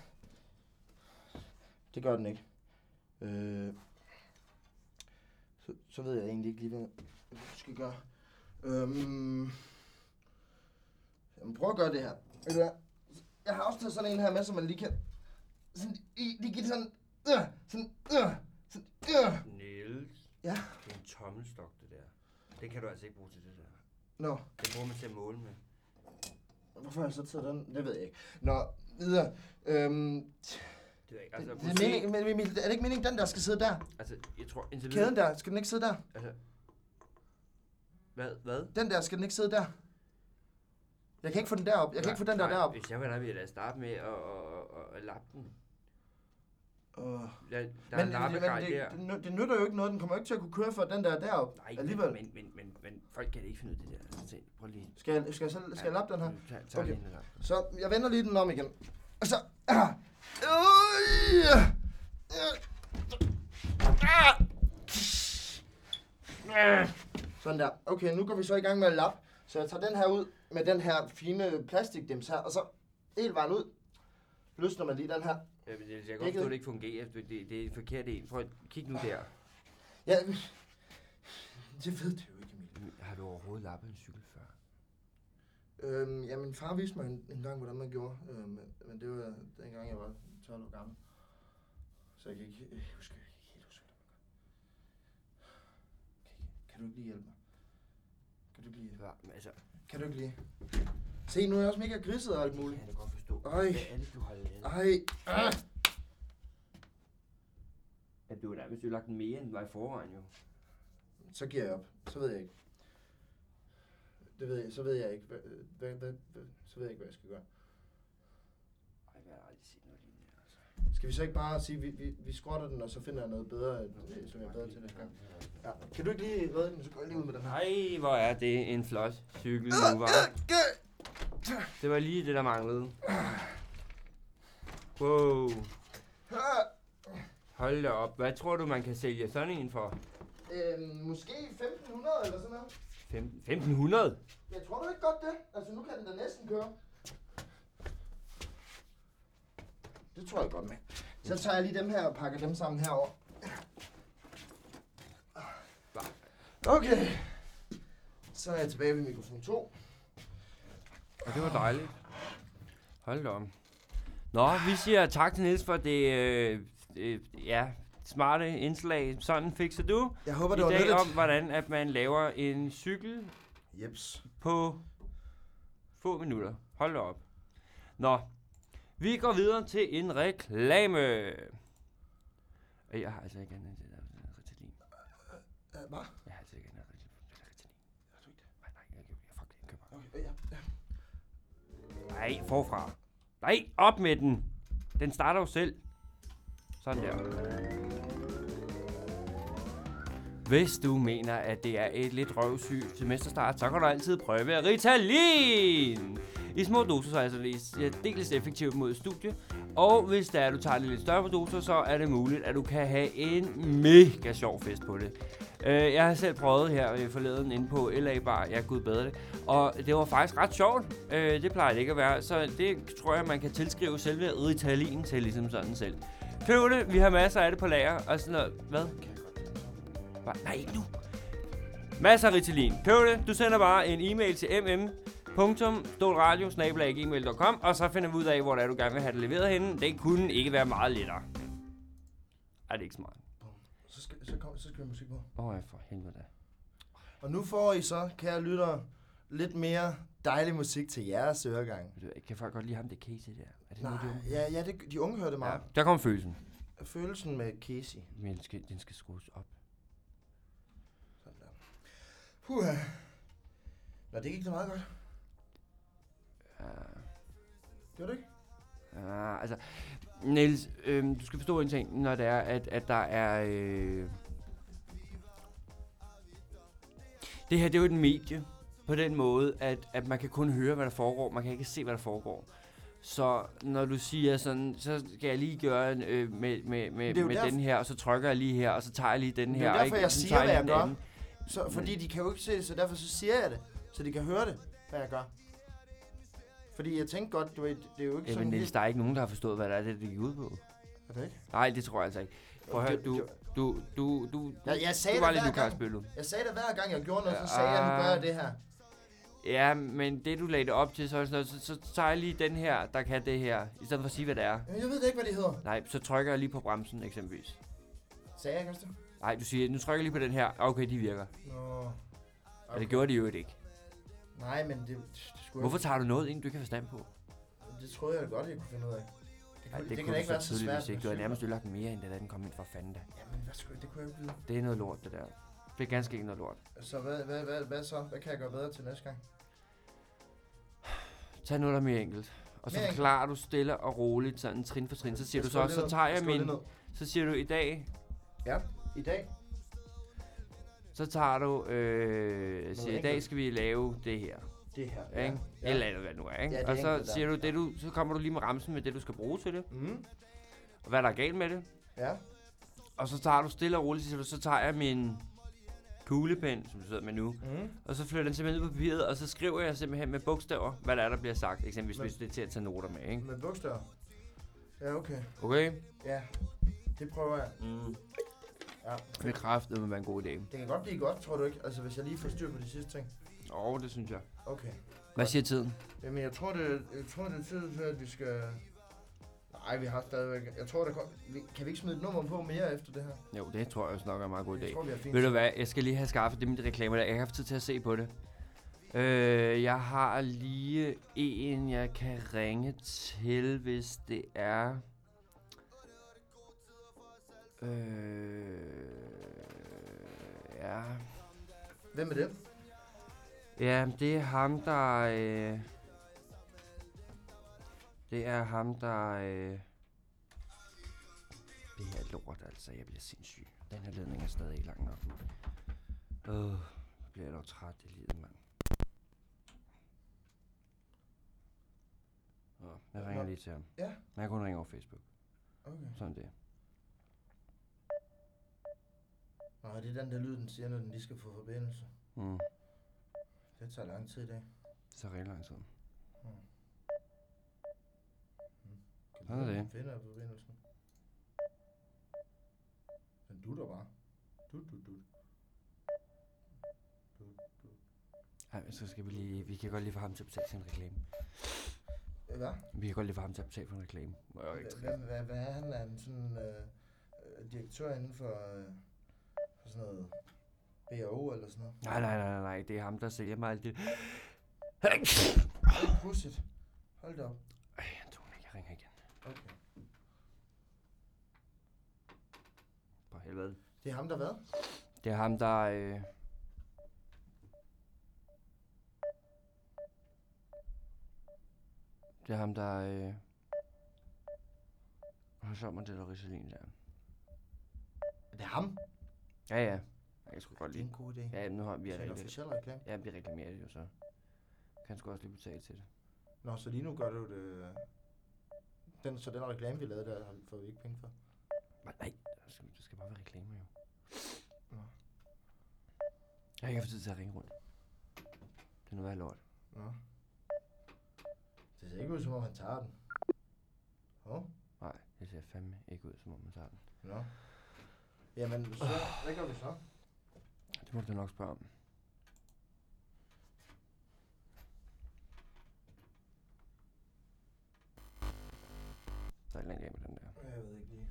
[SPEAKER 1] Det gør den ikke. Øh. Så, så ved jeg egentlig ikke lige, hvad jeg skal gøre. Øhm. Jamen, prøv at gøre det her. Ved du hvad? Jeg har også taget sådan en her med, så man lige kan... Sådan, lige, lige give det sådan... Øh, sådan, øh, sådan, øh.
[SPEAKER 2] Niels,
[SPEAKER 1] Ja,
[SPEAKER 2] det er en tommelstok, det der. Det kan du altså ikke bruge til det der.
[SPEAKER 1] nå.
[SPEAKER 2] Det bruger man til at måle med.
[SPEAKER 1] Hvorfor har jeg så taget den? Det ved jeg ikke. Nå, videre. Øhm,
[SPEAKER 2] Det er, ikke-
[SPEAKER 1] altså,
[SPEAKER 2] altså,
[SPEAKER 1] det, det er,
[SPEAKER 2] måske,
[SPEAKER 1] meningen, men, men, er det ikke meningen, den der skal sidde der?
[SPEAKER 2] altså, jeg tror, indtil videre...
[SPEAKER 1] Kæden der, skal den ikke sidde der?
[SPEAKER 2] Altså, hvad? Hvad?
[SPEAKER 1] Den der, skal den ikke sidde der? Jeg kan ikke få den derop. Jeg kan
[SPEAKER 2] Nej,
[SPEAKER 1] ikke få den der
[SPEAKER 2] nej,
[SPEAKER 1] derop.
[SPEAKER 2] Hvis jeg var der, ville jeg da starte med at, at, at, at lappe den.
[SPEAKER 1] Uh,
[SPEAKER 2] Der, der er en lappegrej
[SPEAKER 1] det,
[SPEAKER 2] der.
[SPEAKER 1] det, ny- det, nytter jo ikke noget. Den kommer jo ikke til at kunne køre for den der er derop.
[SPEAKER 2] Nej,
[SPEAKER 1] alligevel.
[SPEAKER 2] men, men, men, men folk kan ikke finde ud af det der. Altså, se, prøv lige.
[SPEAKER 1] Skal jeg, skal jeg, selv, skal jeg lappe den her?
[SPEAKER 2] Du tager- tager
[SPEAKER 1] Okay.
[SPEAKER 2] lige en lap.
[SPEAKER 1] Så jeg vender lige den om igen. Og så... Ah, øj, ah, ah. Sådan der. Okay, nu går vi så i gang med at lappe. Så jeg tager den her ud med den her fine plastikdims her, og så helt vejen ud. Løsner man lige den her.
[SPEAKER 2] Ja, men Niels, jeg kan
[SPEAKER 1] Ikke
[SPEAKER 2] godt forstå,
[SPEAKER 1] det.
[SPEAKER 2] at det ikke fungerer. Det, det, det er en forkert en. Prøv at kig nu der.
[SPEAKER 1] Ja, det ved det jo ikke, Emil.
[SPEAKER 2] Har du overhovedet lappet en cykel før?
[SPEAKER 1] Øhm, ja, min far viste mig en, en gang, hvordan man gjorde, øhm, men- men det var dengang, jeg var 12 år gammel. Så jeg kan ikke, jeg husker ikke helt huske, hvordan man gør. Kan, kan du ikke lige hjælpe mig? Kan du ikke lige?
[SPEAKER 2] Ja, men altså,
[SPEAKER 1] Kan du ikke lige? Se, nu er jeg også mega griset og alt
[SPEAKER 2] det kan
[SPEAKER 1] muligt.
[SPEAKER 2] jeg da godt forstå.
[SPEAKER 1] Øj.
[SPEAKER 2] Hvad er det, du har lavet?
[SPEAKER 1] Ej, ah,
[SPEAKER 2] Ja, du har nærmest ødelagt den mere, end den var i forvejen jo.
[SPEAKER 1] så giver jeg op. Så ved jeg ikke. Det ved jeg, så ved jeg ikke, hvad, hvad, hvad, hvad, så ved jeg ikke, hvad jeg skal gøre.
[SPEAKER 2] Ej, jeg har aldrig set noget lignende. Altså.
[SPEAKER 1] Skal vi så ikke bare sige, vi, vi, vi skrotter den, og så finder jeg noget bedre, øh, som jeg er bedre til næste gang? Ja. Kan du ikke lige redde den, så går jeg lige ud med den her.
[SPEAKER 2] Ej, hvor er det en flot cykel nu, var. Det var lige det, der manglede. Wow. Hold da op. Hvad tror du, man kan sælge sådan en for?
[SPEAKER 1] Øhm, måske 1500 eller sådan noget.
[SPEAKER 2] Fem- 1500?
[SPEAKER 1] Jeg tror du ikke godt det? Altså nu kan den da næsten køre. Det tror jeg godt med. Så tager jeg lige dem her og pakker dem sammen herover. Okay. Så er jeg tilbage ved mikrofon 2.
[SPEAKER 2] Og det var dejligt. Hold da op. Nå, vi siger tak til Niels for det øh, øh, ja, smarte indslag. Sådan fikser du.
[SPEAKER 1] Jeg håber,
[SPEAKER 2] I dag om, hvordan at man laver en cykel
[SPEAKER 1] Jeps.
[SPEAKER 2] på få minutter. Hold da op. Nå, vi går videre til en reklame. Og jeg har altså ikke andet end det der Ritalin.
[SPEAKER 1] Hvad?
[SPEAKER 2] Jeg har altså ikke andet end Ritalin. Ritalin. Nej, nej, jeg køber, jeg, fuck, jeg køber.
[SPEAKER 1] Okay, ja.
[SPEAKER 2] Nej, forfra. Nej, op med den. Den starter jo selv. Sådan der. Hvis du mener, at det er et lidt røvsygt semesterstart, så kan du altid prøve Ritalin! I små doser så er det altså dels effektivt mod studie, og hvis der er, du tager det lidt større doser, så er det muligt, at du kan have en mega sjov fest på det. Øh, Jeg har selv prøvet her øh, forleden inde på LA Bar, jeg gud bedre det, og det var faktisk ret sjovt. Øh, Det plejer det ikke at være, så det tror jeg, man kan tilskrive selve Ritalin til ligesom sådan selv. Køb det, vi har masser af det på lager, og sådan noget. Hvad? Bare, nej, ikke nu. Masser af Ritalin. Køb det. Du sender bare en e-mail til mm www.stolradio.gmail.com Og så finder vi ud af, hvor det er, du gerne vil have det leveret henne. Det kunne ikke være meget lettere. Er det ikke smart?
[SPEAKER 1] Så skal, så, kom, så skal vi musik på.
[SPEAKER 2] Åh, oh, for helvede da.
[SPEAKER 1] Og nu får I så, kære lyttere, lidt mere dejlig musik til jeres øregang.
[SPEAKER 2] Ved du hvad, Kan folk godt lide ham, det Casey der? Er det
[SPEAKER 1] Nej,
[SPEAKER 2] noget, de unge?
[SPEAKER 1] ja, ja det, de unge hører det
[SPEAKER 2] Ja,
[SPEAKER 1] meget.
[SPEAKER 2] der kom følelsen.
[SPEAKER 1] Ja. Følelsen med Casey.
[SPEAKER 2] Men den skal, den skal skrues op.
[SPEAKER 1] Sådan der. Puha. Nå, det gik da meget godt. Gjorde det ikke?
[SPEAKER 2] Ah, altså, Niels, øh, du skal forstå en ting, når det er, at, at der er... Øh... Det her, det er jo et medie, på den måde, at, at man kan kun høre, hvad der foregår, man kan ikke se, hvad der foregår. Så når du siger sådan, så skal jeg lige gøre en, øh, med, med, med,
[SPEAKER 1] Det er jo
[SPEAKER 2] med
[SPEAKER 1] derf-
[SPEAKER 2] den her, og så trykker jeg lige her, og så tager jeg lige den
[SPEAKER 1] Det er
[SPEAKER 2] her.
[SPEAKER 1] jo derfor,
[SPEAKER 2] ikke?
[SPEAKER 1] jeg
[SPEAKER 2] Så
[SPEAKER 1] siger,
[SPEAKER 2] tager
[SPEAKER 1] hvad
[SPEAKER 2] den
[SPEAKER 1] jeg gør.
[SPEAKER 2] anden.
[SPEAKER 1] Så, fordi de kan jo ikke se det, så derfor så siger jeg det. Så de kan høre det, hvad jeg gør. Fordi jeg tænkte godt, du ved, det er jo ikke
[SPEAKER 2] Jamen
[SPEAKER 1] sådan
[SPEAKER 2] Niels, der er ikke nogen, der har forstået, hvad der er, det, det gik ud på.
[SPEAKER 1] Er det ikke?
[SPEAKER 2] Nej, det tror jeg altså ikke. Prøv at høre, du, du, du, du,
[SPEAKER 1] Jeg, jeg sagde det
[SPEAKER 2] du var lidt
[SPEAKER 1] hver
[SPEAKER 2] Lukas
[SPEAKER 1] gang.
[SPEAKER 2] Bøllum.
[SPEAKER 1] Jeg sagde det hver gang, jeg gjorde noget, så sagde jeg, nu
[SPEAKER 2] ah.
[SPEAKER 1] gør jeg det her.
[SPEAKER 2] Ja, men det du lagde det op til, så, er det sådan noget, så, så tager jeg lige den her, der kan det her, i stedet for at sige, hvad det er.
[SPEAKER 1] Men jeg ved det ikke, hvad det hedder.
[SPEAKER 2] Nej, så trykker jeg lige på bremsen eksempelvis.
[SPEAKER 1] Sagde jeg ikke også det?
[SPEAKER 2] Nej, du siger, nu trykker jeg lige på den her. Okay, de virker. Okay.
[SPEAKER 1] Nå.
[SPEAKER 2] Og det gjorde de jo ikke.
[SPEAKER 1] Nej, men det, det skulle
[SPEAKER 2] Hvorfor tager du noget ind, du ikke har forstand på?
[SPEAKER 1] Jeg, det troede jeg godt, jeg kunne finde ud af. Det,
[SPEAKER 2] Ej,
[SPEAKER 1] kunne,
[SPEAKER 2] det,
[SPEAKER 1] det, kan
[SPEAKER 2] kunne
[SPEAKER 1] da
[SPEAKER 2] du
[SPEAKER 1] ikke være
[SPEAKER 2] så
[SPEAKER 1] så
[SPEAKER 2] tydeligt,
[SPEAKER 1] svært.
[SPEAKER 2] hvis ikke. Du har
[SPEAKER 1] med
[SPEAKER 2] nærmest ødelagt mere, end da den kom ind for fanden da.
[SPEAKER 1] cykel. Jamen, hvad skulle, det kunne jeg ikke vide.
[SPEAKER 2] Det er noget lort, det der. Det er ganske ikke noget lort.
[SPEAKER 1] Så hvad, hvad, hvad, hvad så? Hvad kan jeg gøre bedre til næste gang?
[SPEAKER 2] Tag noget, der er mere enkelt. Og så
[SPEAKER 1] Mere enkelt.
[SPEAKER 2] forklarer du stille og roligt, sådan trin for trin. Så siger du så,
[SPEAKER 1] skriver lidt
[SPEAKER 2] så
[SPEAKER 1] ned.
[SPEAKER 2] tager jeg
[SPEAKER 1] skriver
[SPEAKER 2] min,
[SPEAKER 1] lidt
[SPEAKER 2] så siger du i dag,
[SPEAKER 1] ned. I dag?
[SPEAKER 2] så tager du, øh, siger, i dag
[SPEAKER 1] enkelt.
[SPEAKER 2] skal vi lave det her.
[SPEAKER 1] Det her.
[SPEAKER 2] ikke? Ja. Eller andet, hvad det nu er, ikke?
[SPEAKER 1] Ja, det
[SPEAKER 2] og
[SPEAKER 1] er
[SPEAKER 2] så
[SPEAKER 1] enkelt, der.
[SPEAKER 2] siger du det, du, så kommer du lige med ramsen med det, du skal bruge til det,
[SPEAKER 1] Mm.
[SPEAKER 2] og hvad der er galt med det.
[SPEAKER 1] Ja.
[SPEAKER 2] Og så tager du stille og roligt, så siger du, så tager jeg min kuglepen, som du sidder med nu,
[SPEAKER 1] Mm.
[SPEAKER 2] og så flytter den simpelthen ud på papiret, og så skriver jeg simpelthen med bogstaver, hvad der er, der bliver sagt. Eksempelvis
[SPEAKER 1] Men-
[SPEAKER 2] hvis det er til at tage noter med, ikke?
[SPEAKER 1] Med bogstaver. Ja, okay.
[SPEAKER 2] Okay?
[SPEAKER 1] Ja. Det prøver jeg.
[SPEAKER 2] Mm.
[SPEAKER 1] Ja.
[SPEAKER 2] Med kraft, det vil være en god idé.
[SPEAKER 1] Det kan godt blive godt, tror du ikke? Altså, hvis jeg lige får styr på de sidste ting.
[SPEAKER 2] Åh, oh, det synes jeg.
[SPEAKER 1] Okay.
[SPEAKER 2] Hvad siger tiden?
[SPEAKER 1] Jamen, jeg tror, det, jeg tror, det er tid til, at vi skal... Nej, vi har stadigvæk... Jeg tror, der kom... vi- Kan vi ikke smide et nummer på mere efter det her?
[SPEAKER 2] Jo, det tror jeg også nok er en meget god idé.
[SPEAKER 1] Jeg tror, vi har fint.
[SPEAKER 2] Ved du hvad, jeg skal lige have skaffet det med de reklamer der. Jeg har ikke haft tid til at se på det. Øh, jeg har lige en, jeg kan ringe til, hvis det er... Øh, ja.
[SPEAKER 1] Hvem er det?
[SPEAKER 2] ja, det er ham, der... Øh, det er ham, der... Øh, det her er lort, altså. Jeg bliver sindssyg. Den her ledning er stadig ikke lang nok. Øh, jeg bliver dog træt i livet, mand. Nå, jeg ringer
[SPEAKER 1] Nå.
[SPEAKER 2] lige til ham.
[SPEAKER 1] Ja.
[SPEAKER 2] Men jeg kunne ringe over Facebook.
[SPEAKER 1] Okay.
[SPEAKER 2] Sådan det.
[SPEAKER 1] Nej, det er den der lyd, den siger, når den lige skal få forbindelse.
[SPEAKER 2] Mm.
[SPEAKER 1] Det tager lang tid i dag. Hm.
[SPEAKER 2] Så rigtig lang tid.
[SPEAKER 1] Kan
[SPEAKER 2] Sådan er
[SPEAKER 1] vide, om
[SPEAKER 2] det.
[SPEAKER 1] den Finder forbindelsen. Den dutter bare. Dut, dut, dut.
[SPEAKER 2] Ej, men så skal vi lige... Vi kan godt lige få ham til at betale til en reklame.
[SPEAKER 1] Øh, Hvad?
[SPEAKER 2] Vi kan godt lige få ham til at betale for en reklame. Må jeg jo ikke
[SPEAKER 1] Hvad, hvad, hvad er han? Er han sådan øh, øh, direktør inden for, øh, for sådan noget B&O eller sådan noget?
[SPEAKER 2] Nej, nej, nej, nej, nej. Det er ham, der sælger mig alt det.
[SPEAKER 1] Det er pudsigt. Hold da op.
[SPEAKER 2] Ej, Antonia, jeg ringer igen.
[SPEAKER 1] Okay.
[SPEAKER 2] For helvede.
[SPEAKER 1] Det er ham, der hvad?
[SPEAKER 2] Det er ham, der... Øh... Det er ham, der... Øh... Har sommer til Ritalin der.
[SPEAKER 1] Det er ham?
[SPEAKER 2] Ja, ja. Jeg skulle godt
[SPEAKER 1] Det er
[SPEAKER 2] lide.
[SPEAKER 1] en god idé.
[SPEAKER 2] Ja, jamen, nu har vi
[SPEAKER 1] så er det en
[SPEAKER 2] reklameret.
[SPEAKER 1] officiel reklame.
[SPEAKER 2] Ja, vi reklamerer det jo så. Kan sgu også lige betale til det.
[SPEAKER 1] Nå, så lige nu gør du det... øh, Den, så den reklame, vi lavede der, har vi fået ikke penge for.
[SPEAKER 2] Men nej, der skal, det skal bare være reklamer jo.
[SPEAKER 1] Nå.
[SPEAKER 2] Jeg har ikke haft tid til at ringe rundt. Det er noget værd lort.
[SPEAKER 1] Nå. Det ser ikke ud, som om han tager den. Hov. Oh.
[SPEAKER 2] Nej, det ser fandme ikke ud, som om man tager den.
[SPEAKER 1] Nå. Jamen, så, hvad gør vi så?
[SPEAKER 2] Det må du da nok spørge om. Der er et eller andet galt med den der.
[SPEAKER 1] Jeg ved ikke lige.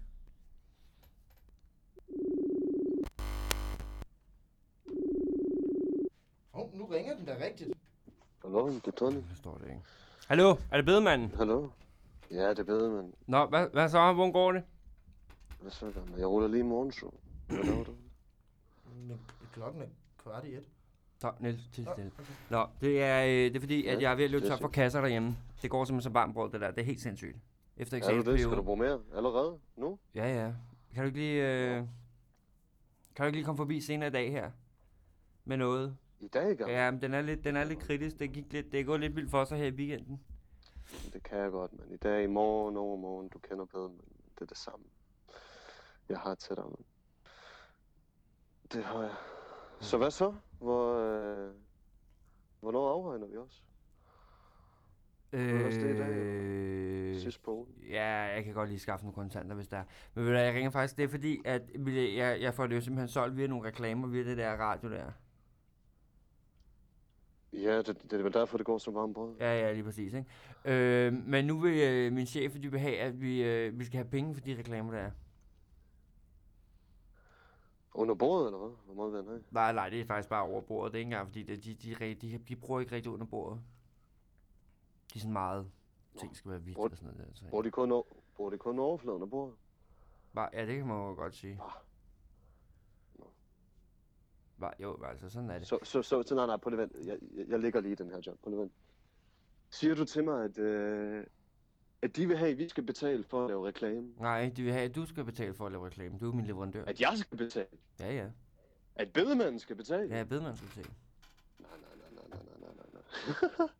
[SPEAKER 1] Oh, nu ringer den da rigtigt.
[SPEAKER 3] Hallo, det er Tony.
[SPEAKER 2] Jeg forstår det ikke. Hallo, er det bedemanden?
[SPEAKER 3] Hallo. Ja, det ved man.
[SPEAKER 2] Nå, hvad, hvad så? Hvordan går det?
[SPEAKER 3] Hvad så gør man? Jeg ruller lige morgenshow. Hvad laver du?
[SPEAKER 1] Men klokken er kvart i et.
[SPEAKER 2] Så, Niels, til stille. Nå, det er, øh, det er fordi, at
[SPEAKER 3] Ja,
[SPEAKER 2] jeg er ved at løbe
[SPEAKER 3] det er
[SPEAKER 2] tør for
[SPEAKER 3] sygt.
[SPEAKER 2] kasser derhjemme. Det går simpelthen som varmt brød, det der. Det er helt sindssygt. Efter
[SPEAKER 3] Er du det? Skal du
[SPEAKER 2] eksamensperioden.
[SPEAKER 3] bruge mere? Allerede? Nu?
[SPEAKER 2] Ja, ja. Kan du ikke lige... Øh, kan du ikke lige komme forbi senere i dag her? Med noget?
[SPEAKER 3] I dag, ikke?
[SPEAKER 2] Ja, men den er lidt, den er lidt kritisk. Det, gik lidt, det er gået lidt vildt for sig her i weekenden.
[SPEAKER 3] Det kan jeg godt, men i dag, i morgen, overmorgen, du kender bedre, men det er det samme. Jeg har til dig, men. Det har jeg. Så hvad så? Hvor, øh, hvornår afregner vi os? er også det i dag,
[SPEAKER 2] Øh,
[SPEAKER 3] eller? Sidst på ugen.
[SPEAKER 2] Ja, jeg kan godt lige skaffe nogle kontanter, hvis der er. Men ved du, hvad, jeg ringer faktisk, det er fordi, at vi- jeg, jeg får det jo simpelthen solgt via nogle reklamer via det der radio der.
[SPEAKER 3] Ja, det, det, er vel derfor, det går så varmt brød.
[SPEAKER 2] Ja, ja, lige præcis, ikke? Øh, men nu vil øh, min chef, de vil have, at vi, øh, vi skal have penge for de reklamer der. er.
[SPEAKER 3] Under bordet, eller hvad? Hvor meget vil han have?
[SPEAKER 2] Nej, nej, det er faktisk bare over bordet. Det er ikke engang, fordi det, de, de, de, de, de bruger ikke rigtig under bordet. De er sådan meget... Ting skal være vildt
[SPEAKER 3] Bruger-
[SPEAKER 2] og sådan noget der. Så.
[SPEAKER 3] Bruger de kun, o- bruger de kun overfladen af bordet?
[SPEAKER 2] Bare, ja, det kan man jo godt sige.
[SPEAKER 3] Nå.
[SPEAKER 2] Bare, jo, altså, sådan er det.
[SPEAKER 3] Så, så, så, så nej, nej, på det vent. Jeg, jeg, jeg ligger lige i den her job. På det vent. Siger du til mig, at, øh, at de vil have, at vi skal betale for at lave reklame?
[SPEAKER 2] Nej, de vil have, at du skal betale for at lave reklame. Du er min leverandør.
[SPEAKER 3] At jeg skal betale?
[SPEAKER 2] Ja, ja.
[SPEAKER 3] At bedemanden skal betale?
[SPEAKER 2] Ja, jeg ved, man skal betale.
[SPEAKER 3] Nej, nej, nej, nej, nej, nej, nej, nej.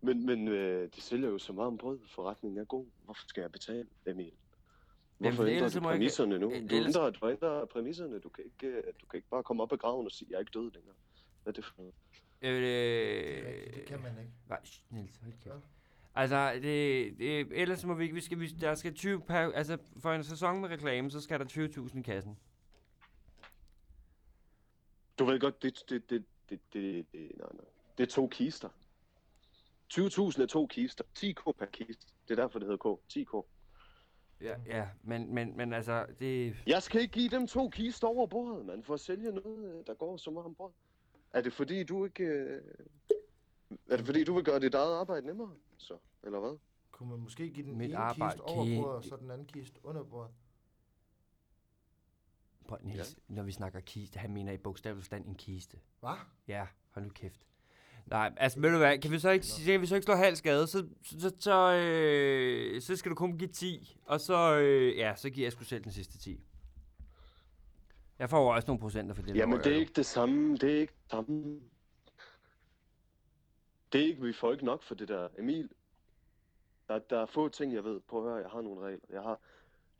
[SPEAKER 3] men men øh, de sælger jo så meget om brød. Forretningen er god. Hvorfor skal jeg betale, Emil? Hvorfor
[SPEAKER 2] for
[SPEAKER 3] Jamen, ændrer
[SPEAKER 2] ellers
[SPEAKER 3] du
[SPEAKER 2] så må jeg ikke-
[SPEAKER 3] præmisserne nu?
[SPEAKER 2] øh,
[SPEAKER 3] Du
[SPEAKER 2] ellers-
[SPEAKER 3] ændrer, du ændrer præmisserne. Du kan, ikke, øh, du kan ikke bare komme op af graven og sige, at jeg er ikke død længere. Hvad er det for noget?
[SPEAKER 1] Det, er rigtigt, det kan
[SPEAKER 2] Øh,
[SPEAKER 1] man ikke.
[SPEAKER 2] nej, Øh, shh, Niels, hold kæft.
[SPEAKER 1] Ja.
[SPEAKER 2] Altså, det, det, ellers må vi ikke, vi skal, vi, der skal 20 per, altså for en sæson med reklame, så skal der 20.000 i kassen.
[SPEAKER 3] Du ved godt, det, det, det, det, det, det, nej, nej. det er to kister. 20.000 er to kister. 10k per kiste. Det er derfor, det hedder K. 10k.
[SPEAKER 2] Ja, ja men, men, men altså, det,
[SPEAKER 3] Jeg skal ikke give dem to kister over bordet, man, for at sælge noget, øh, der går så meget om bordet. Er det fordi, du ikke... Øh... Er det fordi, du vil gøre dit eget arbejde nemmere, så? Eller hvad?
[SPEAKER 1] Kunne man måske give den
[SPEAKER 2] Mit
[SPEAKER 1] ene
[SPEAKER 2] arbejde
[SPEAKER 1] kiste over
[SPEAKER 2] kan
[SPEAKER 1] bordet, og
[SPEAKER 2] ikke-
[SPEAKER 1] så den anden kiste under bordet?
[SPEAKER 2] prøv, Niels, ja. når vi snakker kiste, han mener i bogstavelig forstand en kiste.
[SPEAKER 1] Hva?
[SPEAKER 2] Ja, hold nu kæft. Nej, altså ved du hvad, kan vi så ikke, kan vi så ikke slå halv skade, så, så, så, så, øh, så skal du kun give 10, og så, øh, ja, så giver jeg sgu selv den sidste 10. Jeg får jo også nogle procenter for det. der
[SPEAKER 3] Jamen,
[SPEAKER 2] røg,
[SPEAKER 3] det er
[SPEAKER 2] jo.
[SPEAKER 3] ikke det samme. Det er ikke det samme. Det er ikke, vi får ikke nok for det der. Emil, der, der er få ting, jeg ved. Prøv at høre, jeg har nogle regler. Jeg har...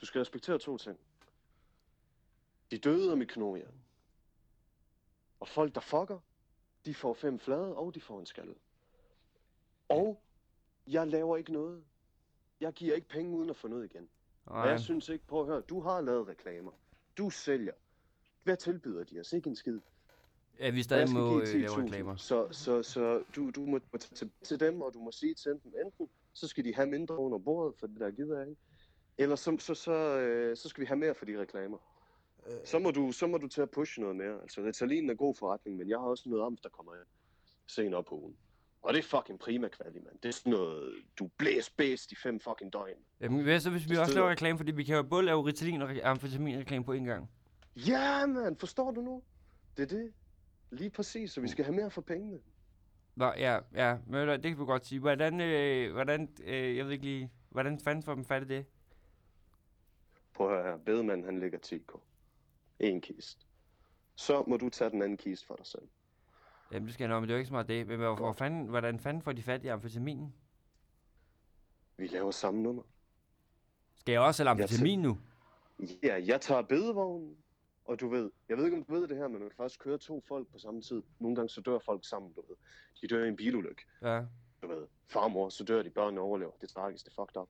[SPEAKER 3] Du skal respektere to ting. De døde om Mikonomia. Og folk, der fucker, de får fem flade, og de får en skalle. Og jeg laver ikke noget. Jeg giver ikke penge uden at få noget igen. Og
[SPEAKER 2] Nej.
[SPEAKER 3] jeg synes ikke, prøv at høre, du har lavet reklamer. Du sælger. Hvad tilbyder de os? Ikke en skid.
[SPEAKER 2] Ja, vi
[SPEAKER 3] Og jeg
[SPEAKER 2] stadig
[SPEAKER 3] skal
[SPEAKER 2] må
[SPEAKER 3] give
[SPEAKER 2] øh,
[SPEAKER 3] 10.000.
[SPEAKER 2] lave reklamer.
[SPEAKER 3] Så, så, så du, du må må tage til, til dem, og du må sige til dem, enten så skal de have mindre under bordet, for det der gider jeg ikke. Eller så, så, så, øh, så skal vi have mere for de reklamer.
[SPEAKER 1] Øh,
[SPEAKER 3] Så må du, så må du til at pushe noget mere. Altså, Ritalin er god forretning, men jeg har også noget amf, der kommer ind senere på ugen. Og det er fucking prima kvalitet, mand. Det er sådan noget, du blæs bedst i fem fucking døgn.
[SPEAKER 2] Jamen, Øhm, hvad så hvis vi
[SPEAKER 3] Det
[SPEAKER 2] også laver
[SPEAKER 3] støder.
[SPEAKER 2] reklame, fordi vi kan jo både lave Ritalin og re- amfetaminreklame på én gang.
[SPEAKER 3] Ja, mand, forstår du nu? Det er det. Lige præcis, så vi skal have mere for pengene.
[SPEAKER 2] Nå, ja, ja, men ved du hvad, det kan vi godt sige. Hvordan, øh, hvordan, øh, jeg ved ikke lige, hvordan fanden får dem fat i det?
[SPEAKER 3] Prøv at høre her. Bedemand, han ligger 10k. En kist. Så må du tage den anden kist for dig selv.
[SPEAKER 2] Jamen, det skal jeg nok, men det er jo ikke så meget det. Men hvor, hvor
[SPEAKER 3] Godt.
[SPEAKER 2] fanden, hvordan fanden får de fat i amfetaminen?
[SPEAKER 3] Vi laver samme nummer.
[SPEAKER 2] Skal jeg også sælge
[SPEAKER 3] Jeg
[SPEAKER 2] amfetamin nu?
[SPEAKER 3] Ja, jeg tager bedevognen. Og du ved, jeg ved ikke, om du ved det her, men man kan faktisk køre to folk på samme tid. Nogle gange så dør folk sammen, du ved. De dør i en bilulykke.
[SPEAKER 2] Ja.
[SPEAKER 3] Du ved, farmor, så dør de, børnene overlever. Det er tragisk, det er fucked up.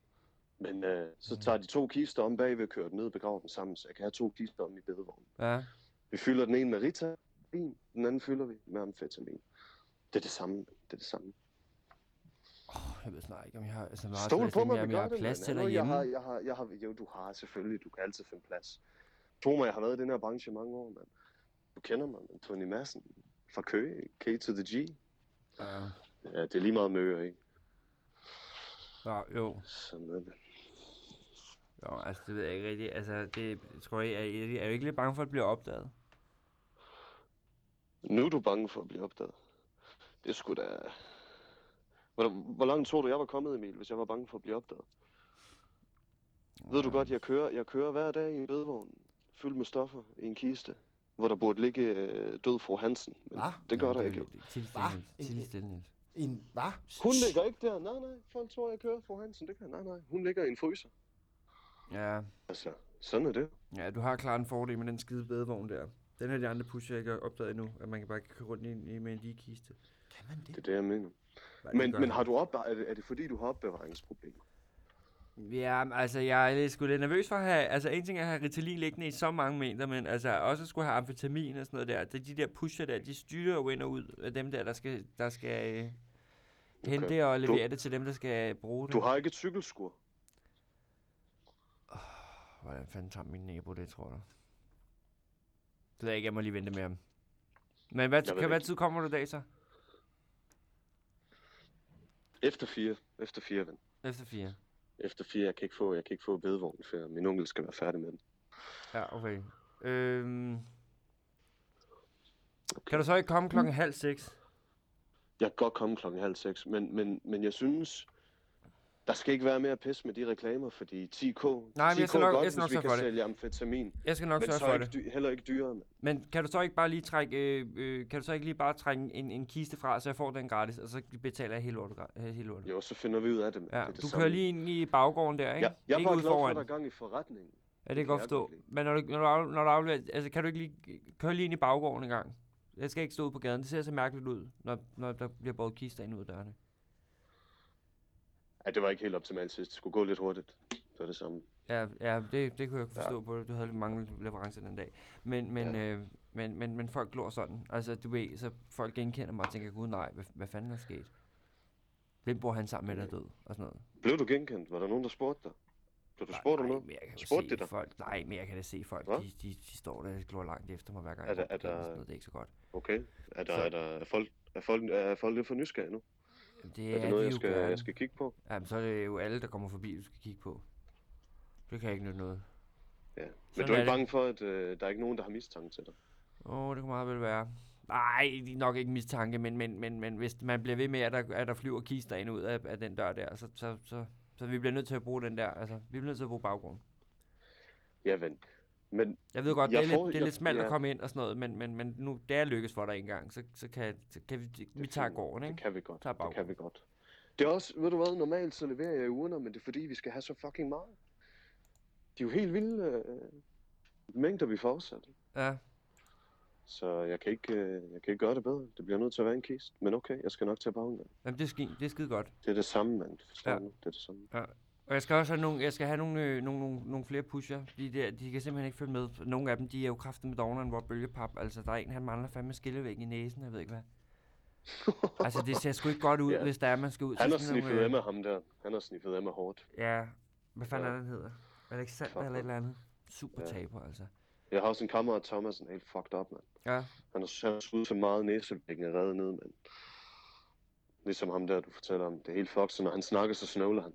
[SPEAKER 3] Men øh, så tager de to kister om bagved, kører dem ned og begraver dem sammen, så jeg kan have to kister om i bedevognen.
[SPEAKER 2] Ja.
[SPEAKER 3] Vi fylder den ene med Ritalin, den anden fylder vi med amfetamin. Det er det samme. Det er det samme.
[SPEAKER 2] Åh, jeg ved snart ikke, om jeg har så meget
[SPEAKER 3] Stol
[SPEAKER 2] plads,
[SPEAKER 3] på
[SPEAKER 2] om
[SPEAKER 3] mig,
[SPEAKER 2] jeg,
[SPEAKER 3] vi
[SPEAKER 2] om jeg
[SPEAKER 3] gør
[SPEAKER 2] har
[SPEAKER 3] det,
[SPEAKER 2] plads
[SPEAKER 3] mand.
[SPEAKER 2] til
[SPEAKER 3] Hallo, Jeg
[SPEAKER 2] derhjemme.
[SPEAKER 3] har, jeg har, jeg har, jo, du har selvfølgelig, du kan altid finde plads. Tro mig, jeg har været i den her branche i mange år, mand. Du kender mig, mand. Tony Madsen fra Køge, K to the G.
[SPEAKER 2] Ja.
[SPEAKER 3] Ja, det er lige meget med øer, ikke?
[SPEAKER 2] Nå, jo.
[SPEAKER 3] Sådan er det.
[SPEAKER 2] jo, altså det ved jeg ikke rigtigt. Altså, det tror jeg, er, I- er jo ikke lidt bange for at blive opdaget?
[SPEAKER 3] Nu er du bange for at blive opdaget. Det skulle da... Hvor, hvor langt tror du, jeg var kommet, Emil, hvis jeg var bange for at blive opdaget? Ved du godt, jeg kører, jeg kører hver dag i en bedvogn, fyldt med stoffer i en kiste, hvor der burde ligge øh, død fru Hansen. Men
[SPEAKER 1] Hva?
[SPEAKER 3] det gør
[SPEAKER 2] Ja,
[SPEAKER 3] der
[SPEAKER 2] er
[SPEAKER 3] ikke.
[SPEAKER 2] jo-
[SPEAKER 3] jo.
[SPEAKER 2] Tilstil,
[SPEAKER 1] Hva?
[SPEAKER 2] Niels. Tilstil, Niels.
[SPEAKER 1] En, hvad?
[SPEAKER 3] Hun ligger ikke der. Nej, nej. Folk tror, jeg kører fru Hansen. Det kan Nej, nej. Hun ligger i en fryser.
[SPEAKER 2] Ja.
[SPEAKER 3] Altså, sådan er det.
[SPEAKER 2] ja, du har klart en fordel med den skide bedevogn der. Den her de andre pusher ikke har opdaget endnu, at man kan bare køre rundt i, en- i med en lige kiste.
[SPEAKER 1] Kan man det?
[SPEAKER 3] Det er det, jeg mener.
[SPEAKER 2] Hvad,
[SPEAKER 3] Men,
[SPEAKER 2] gør
[SPEAKER 3] men
[SPEAKER 2] jeg?
[SPEAKER 3] har du op, er, det, er det fordi, du har opbevaringsproblemer?
[SPEAKER 2] Ja, men altså, jeg er lidt- sgu lidt nervøs for at have... Altså, en ting er at have Ritalin liggende i så mange mængder, men altså, også at skulle have amfetamin og sådan noget der. Det, de der pusher der, de styrer jo ind og ud af dem der, der skal, der skal øh, hente
[SPEAKER 3] Okay.
[SPEAKER 2] det og
[SPEAKER 3] Du-
[SPEAKER 2] levere det til dem, der skal bruge det.
[SPEAKER 3] Du har ikke et cykelskur.
[SPEAKER 2] Hvordan fanden tager min nabo det, tror du? Det ved jeg ikke, jeg må lige vente med ham. Men hvad,
[SPEAKER 3] Jeg ved
[SPEAKER 2] kan, hvad
[SPEAKER 3] ikke.
[SPEAKER 2] tid kommer du i dag så?
[SPEAKER 3] Efter fire. Efter fire, ven.
[SPEAKER 2] Efter fire.
[SPEAKER 3] Efter fire, jeg kan ikke få, jeg kan ikke få bedvognen, før min onkel skal være færdig med den.
[SPEAKER 2] Ja, okay. Øhm, kan du så ikke komme klokken halv seks?
[SPEAKER 3] Jeg kan godt komme klokken halv seks, men, men, men jeg synes, der skal ikke være mere pis med de reklamer, fordi 10K,
[SPEAKER 2] Nej, men
[SPEAKER 3] 10K
[SPEAKER 2] jeg skal nok-
[SPEAKER 3] er godt,
[SPEAKER 2] jeg skal nok
[SPEAKER 3] hvis
[SPEAKER 2] sørge
[SPEAKER 3] vi kan
[SPEAKER 2] for det.
[SPEAKER 3] sælge amfetamin,
[SPEAKER 2] Jeg skal nok
[SPEAKER 3] men
[SPEAKER 2] sørge
[SPEAKER 3] så
[SPEAKER 2] for
[SPEAKER 3] ikke,
[SPEAKER 2] det.
[SPEAKER 3] dy- heller ikke dyrere. mand.
[SPEAKER 2] Men kan du så ikke bare lige trække, øh, øh, kan du så ikke lige bare trække en, en kiste fra, så jeg får den gratis, og så betaler jeg hele lortet? gra- øh, Hele lortet.
[SPEAKER 3] Jo, så finder vi ud af det. mand.
[SPEAKER 2] Ja,
[SPEAKER 3] det er det
[SPEAKER 2] du
[SPEAKER 3] samme.
[SPEAKER 2] kører lige ind i baggården der, ikke?
[SPEAKER 3] Ja, jeg
[SPEAKER 2] ikke
[SPEAKER 3] var
[SPEAKER 2] ude
[SPEAKER 3] glad for,
[SPEAKER 2] foran.
[SPEAKER 3] at der er gang i forretningen.
[SPEAKER 2] Ja, det kan jeg
[SPEAKER 3] kan
[SPEAKER 2] godt
[SPEAKER 3] jeg
[SPEAKER 2] forstå.
[SPEAKER 3] godt lide.
[SPEAKER 2] Men når du, når, du, af- når du afleverer, altså kan du ikke lige køre lige ind i baggården en gang? Jeg skal ikke stå ude på gaden. Det ser så mærkeligt ud, når, når der bliver båret kister ind ud af dørene.
[SPEAKER 3] Ja, det var ikke helt optimalt sidst. Det skulle gå lidt hurtigt. Det var det samme.
[SPEAKER 2] Ja, ja det, det kunne jeg
[SPEAKER 3] Ja.
[SPEAKER 2] forstå ja. på dig. Du havde lidt mange leverancer den dag. Men, men, ja. øh, men, men, men folk glor sådan. Altså, du ved, så folk genkender mig og tænker, gud nej, hvad, hvad fanden er sket? Hvem bor han sammen med, der er død? Og sådan noget.
[SPEAKER 3] Blev du genkendt? Var der nogen, der spurgte dig? Blev du spurgt om
[SPEAKER 2] Nej,
[SPEAKER 3] noget?
[SPEAKER 2] men jeg kan jo
[SPEAKER 3] Spurgte
[SPEAKER 2] se
[SPEAKER 3] de dig?
[SPEAKER 2] folk, nej, men jeg kan da se folk,
[SPEAKER 3] Hvad?
[SPEAKER 2] de, de, de, står der og glor langt efter mig hver gang.
[SPEAKER 3] Er
[SPEAKER 2] jeg
[SPEAKER 3] der-
[SPEAKER 2] går på
[SPEAKER 3] er
[SPEAKER 2] gaden og
[SPEAKER 3] der-
[SPEAKER 2] sådan noget. Det er ikke så godt.
[SPEAKER 3] Okay. Er, der,
[SPEAKER 2] Så-
[SPEAKER 3] er, der, er, folk, er, folk, er folk lidt for nysgerrige nu?
[SPEAKER 2] Jamen,
[SPEAKER 3] Ja, er
[SPEAKER 2] de
[SPEAKER 3] det noget,
[SPEAKER 2] jo
[SPEAKER 3] jeg skal,
[SPEAKER 2] gerne.
[SPEAKER 3] jeg skal kigge på?
[SPEAKER 2] Jamen, så er det jo alle, der kommer forbi, du skal kigge på. Det kan ikke nytte noget.
[SPEAKER 3] Ja. Men
[SPEAKER 2] Sådan
[SPEAKER 3] du er
[SPEAKER 2] er det.
[SPEAKER 3] ikke bange for, at øh, der er ikke nogen, der har mistanke til dig?
[SPEAKER 2] Åh, oh, det kunne meget vel være. Nej, det er nok ikke mistanke, men, men, men, men hvis man bliver ved med, at der, at der flyver kister ind og ud af, af den dør der, så, så, så, så vi bliver nødt til at bruge den der, altså, vi bliver nødt til at bruge baggrunden. Ja,
[SPEAKER 3] ven. Men
[SPEAKER 2] Jeg ved godt,
[SPEAKER 3] Jeg
[SPEAKER 2] det er,
[SPEAKER 3] får-
[SPEAKER 2] lidt, det er
[SPEAKER 3] jeg-
[SPEAKER 2] lidt smalt ja. at
[SPEAKER 3] ja.
[SPEAKER 2] komme ind og sådan noget, men, men, men nu, da jeg lykkes for dig engang, så, så, kan, så kan vi, vi
[SPEAKER 3] Det er
[SPEAKER 2] tager
[SPEAKER 3] fint.
[SPEAKER 2] gården,
[SPEAKER 3] det
[SPEAKER 2] ikke?
[SPEAKER 3] kan vi godt.
[SPEAKER 2] Tager
[SPEAKER 3] Det
[SPEAKER 2] baggrunden.
[SPEAKER 3] kan vi godt. Det er også, ved du hvad, normalt så leverer jeg i urner, men det er fordi, vi skal have så fucking meget. De er jo helt vilde øh, mængder, vi får afsat.
[SPEAKER 2] Ja,
[SPEAKER 3] Så jeg kan, ikke, øh, jeg kan ikke gøre det bedre. Det bliver nødt til at være en kiste. Men okay, jeg skal nok tage bagen.
[SPEAKER 2] Jamen, det er, skide, det er skide godt.
[SPEAKER 3] Det er det samme, mand. Forstår
[SPEAKER 2] Ja.
[SPEAKER 3] ja. du? Det er det samme.
[SPEAKER 2] Og jeg skal også have nogle, jeg skal have nogle, øh, nogle, nogle, nogle flere pusher, fordi de, de kan simpelthen ikke følge med. Nogle af dem, de er jo kraftet med dogneren, hvor bølgepap, altså der er en, han mangler fandme skillevæg i næsen, jeg ved ikke hvad. altså det ser sgu ikke godt ud,
[SPEAKER 3] Ja.
[SPEAKER 2] yeah. hvis der er, man skal ud
[SPEAKER 3] Han har
[SPEAKER 2] sådan nogle, øh,
[SPEAKER 3] sniffet Emma ham der. Han har sniffet Emma hårdt.
[SPEAKER 2] Ja, hvad fanden
[SPEAKER 3] Ja.
[SPEAKER 2] er det, han hedder? Alexander
[SPEAKER 3] Fuck,
[SPEAKER 2] eller et
[SPEAKER 3] mand.
[SPEAKER 2] eller andet. Super
[SPEAKER 3] Ja.
[SPEAKER 2] taber, altså.
[SPEAKER 3] Jeg har også en kammerat, Thomas, han er helt fucked up, mand.
[SPEAKER 2] Ja,
[SPEAKER 3] Han har, han har skudt så meget næsevæggen er reddet ned, mand. Ligesom ham der, du fortæller om. Det er helt fucked, så når han snakker, så snøvler han.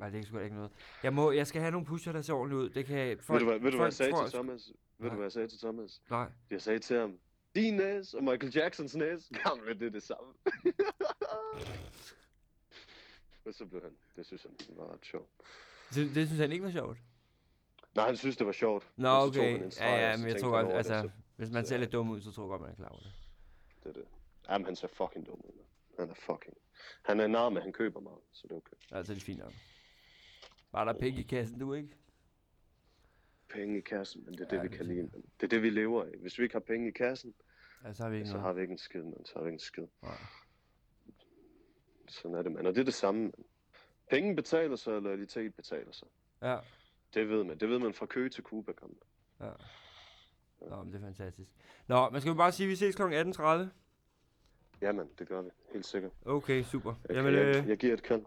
[SPEAKER 2] nej, det er sgu da ikke noget. Jeg, må, jeg skal have nogle pusher, der ser ordentligt ud. Det kan
[SPEAKER 3] Folk, ved du, hvad, ved du, hvad jeg
[SPEAKER 2] folk
[SPEAKER 3] sagde
[SPEAKER 2] tror
[SPEAKER 3] til
[SPEAKER 2] sgu-
[SPEAKER 3] Thomas? Ved
[SPEAKER 2] Nej.
[SPEAKER 3] du, hvad jeg sagde til Thomas?
[SPEAKER 2] Nej,
[SPEAKER 3] Jeg sagde til ham, din næse og Michael Jacksons næse, gamle, det er det samme. og så blev han, det synes han var ret sjovt.
[SPEAKER 2] det, det synes han ikke var sjovt.
[SPEAKER 3] Nej, han synes, det var sjovt.
[SPEAKER 2] Nå,
[SPEAKER 3] men så tog
[SPEAKER 2] okay.
[SPEAKER 3] han en streg,
[SPEAKER 2] Ja, ja,
[SPEAKER 3] og så
[SPEAKER 2] men jeg
[SPEAKER 3] tænkte
[SPEAKER 2] tror
[SPEAKER 3] han
[SPEAKER 2] godt,
[SPEAKER 3] over det,
[SPEAKER 2] altså,
[SPEAKER 3] så
[SPEAKER 2] hvis man
[SPEAKER 3] så-
[SPEAKER 2] ser lidt dum ud, så tror jeg godt, man er klar over det.
[SPEAKER 3] Det er det. Jamen, han ser fucking dum ud. mand. Han er fucking... Han er nar, men han køber meget, så det er okay.
[SPEAKER 2] Altså, det er fint nok. Bare der er penge i kassen, du ikke?
[SPEAKER 3] Penge i kassen, men det er
[SPEAKER 2] Ja,
[SPEAKER 3] det, vi
[SPEAKER 2] det
[SPEAKER 3] kan
[SPEAKER 2] tænker
[SPEAKER 3] lide. mand. Det er det, vi lever af. Hvis vi ikke har penge i kassen,
[SPEAKER 2] Ja, så Altså, har vi ikke
[SPEAKER 3] så
[SPEAKER 2] noget.
[SPEAKER 3] har vi ikke en skid, mand. Så har vi ikke en skid.
[SPEAKER 2] Nej.
[SPEAKER 3] Sådan er det, mand. Og det er det samme, mand. Penge betaler sig, og loyalitet betaler sig.
[SPEAKER 2] Ja,
[SPEAKER 3] Det ved man. Det ved man fra Køge til Cuba, gamle.
[SPEAKER 2] ja. Nå, men det er fantastisk. Nå, men skal vi bare sige, at vi ses kl. 18.30?
[SPEAKER 3] Jamen, det gør vi. Helt sikkert.
[SPEAKER 2] Okay, super.
[SPEAKER 3] Jeg,
[SPEAKER 2] Jamen,
[SPEAKER 3] jeg,
[SPEAKER 2] øh,
[SPEAKER 3] jeg, jeg giver et kald.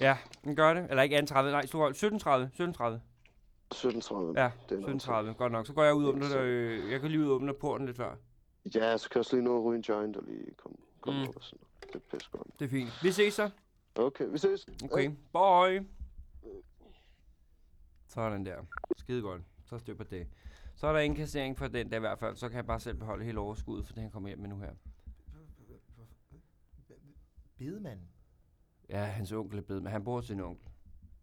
[SPEAKER 2] ja, den gør det. Eller ikke 18.30, nej, Storhold. 17.30, 17.30.
[SPEAKER 3] 17.30.
[SPEAKER 2] Ja,
[SPEAKER 3] Det er en aftale.
[SPEAKER 2] 17.30, godt nok. Så går jeg ud og
[SPEAKER 3] Det er
[SPEAKER 2] åbner, øh, jeg kan lige ud og åbne porten lidt før.
[SPEAKER 3] Ja, så kan jeg også lige nå at ryge en joint og lige komme kom
[SPEAKER 2] Mm.
[SPEAKER 3] mm. op og sådan noget. Det er pisse godt.
[SPEAKER 2] Det er fint. Vi ses så.
[SPEAKER 3] Okay, vi ses.
[SPEAKER 2] Okay, bye. Sådan der. Skide godt. Så styr på det. Så er der indkassering for den der i hvert fald. Så kan jeg bare selv beholde hele overskuddet, for det han kommer hjem med nu her.
[SPEAKER 1] Bedemand.
[SPEAKER 2] Ja, hans onkel er bedemand. Han bor til sin onkel.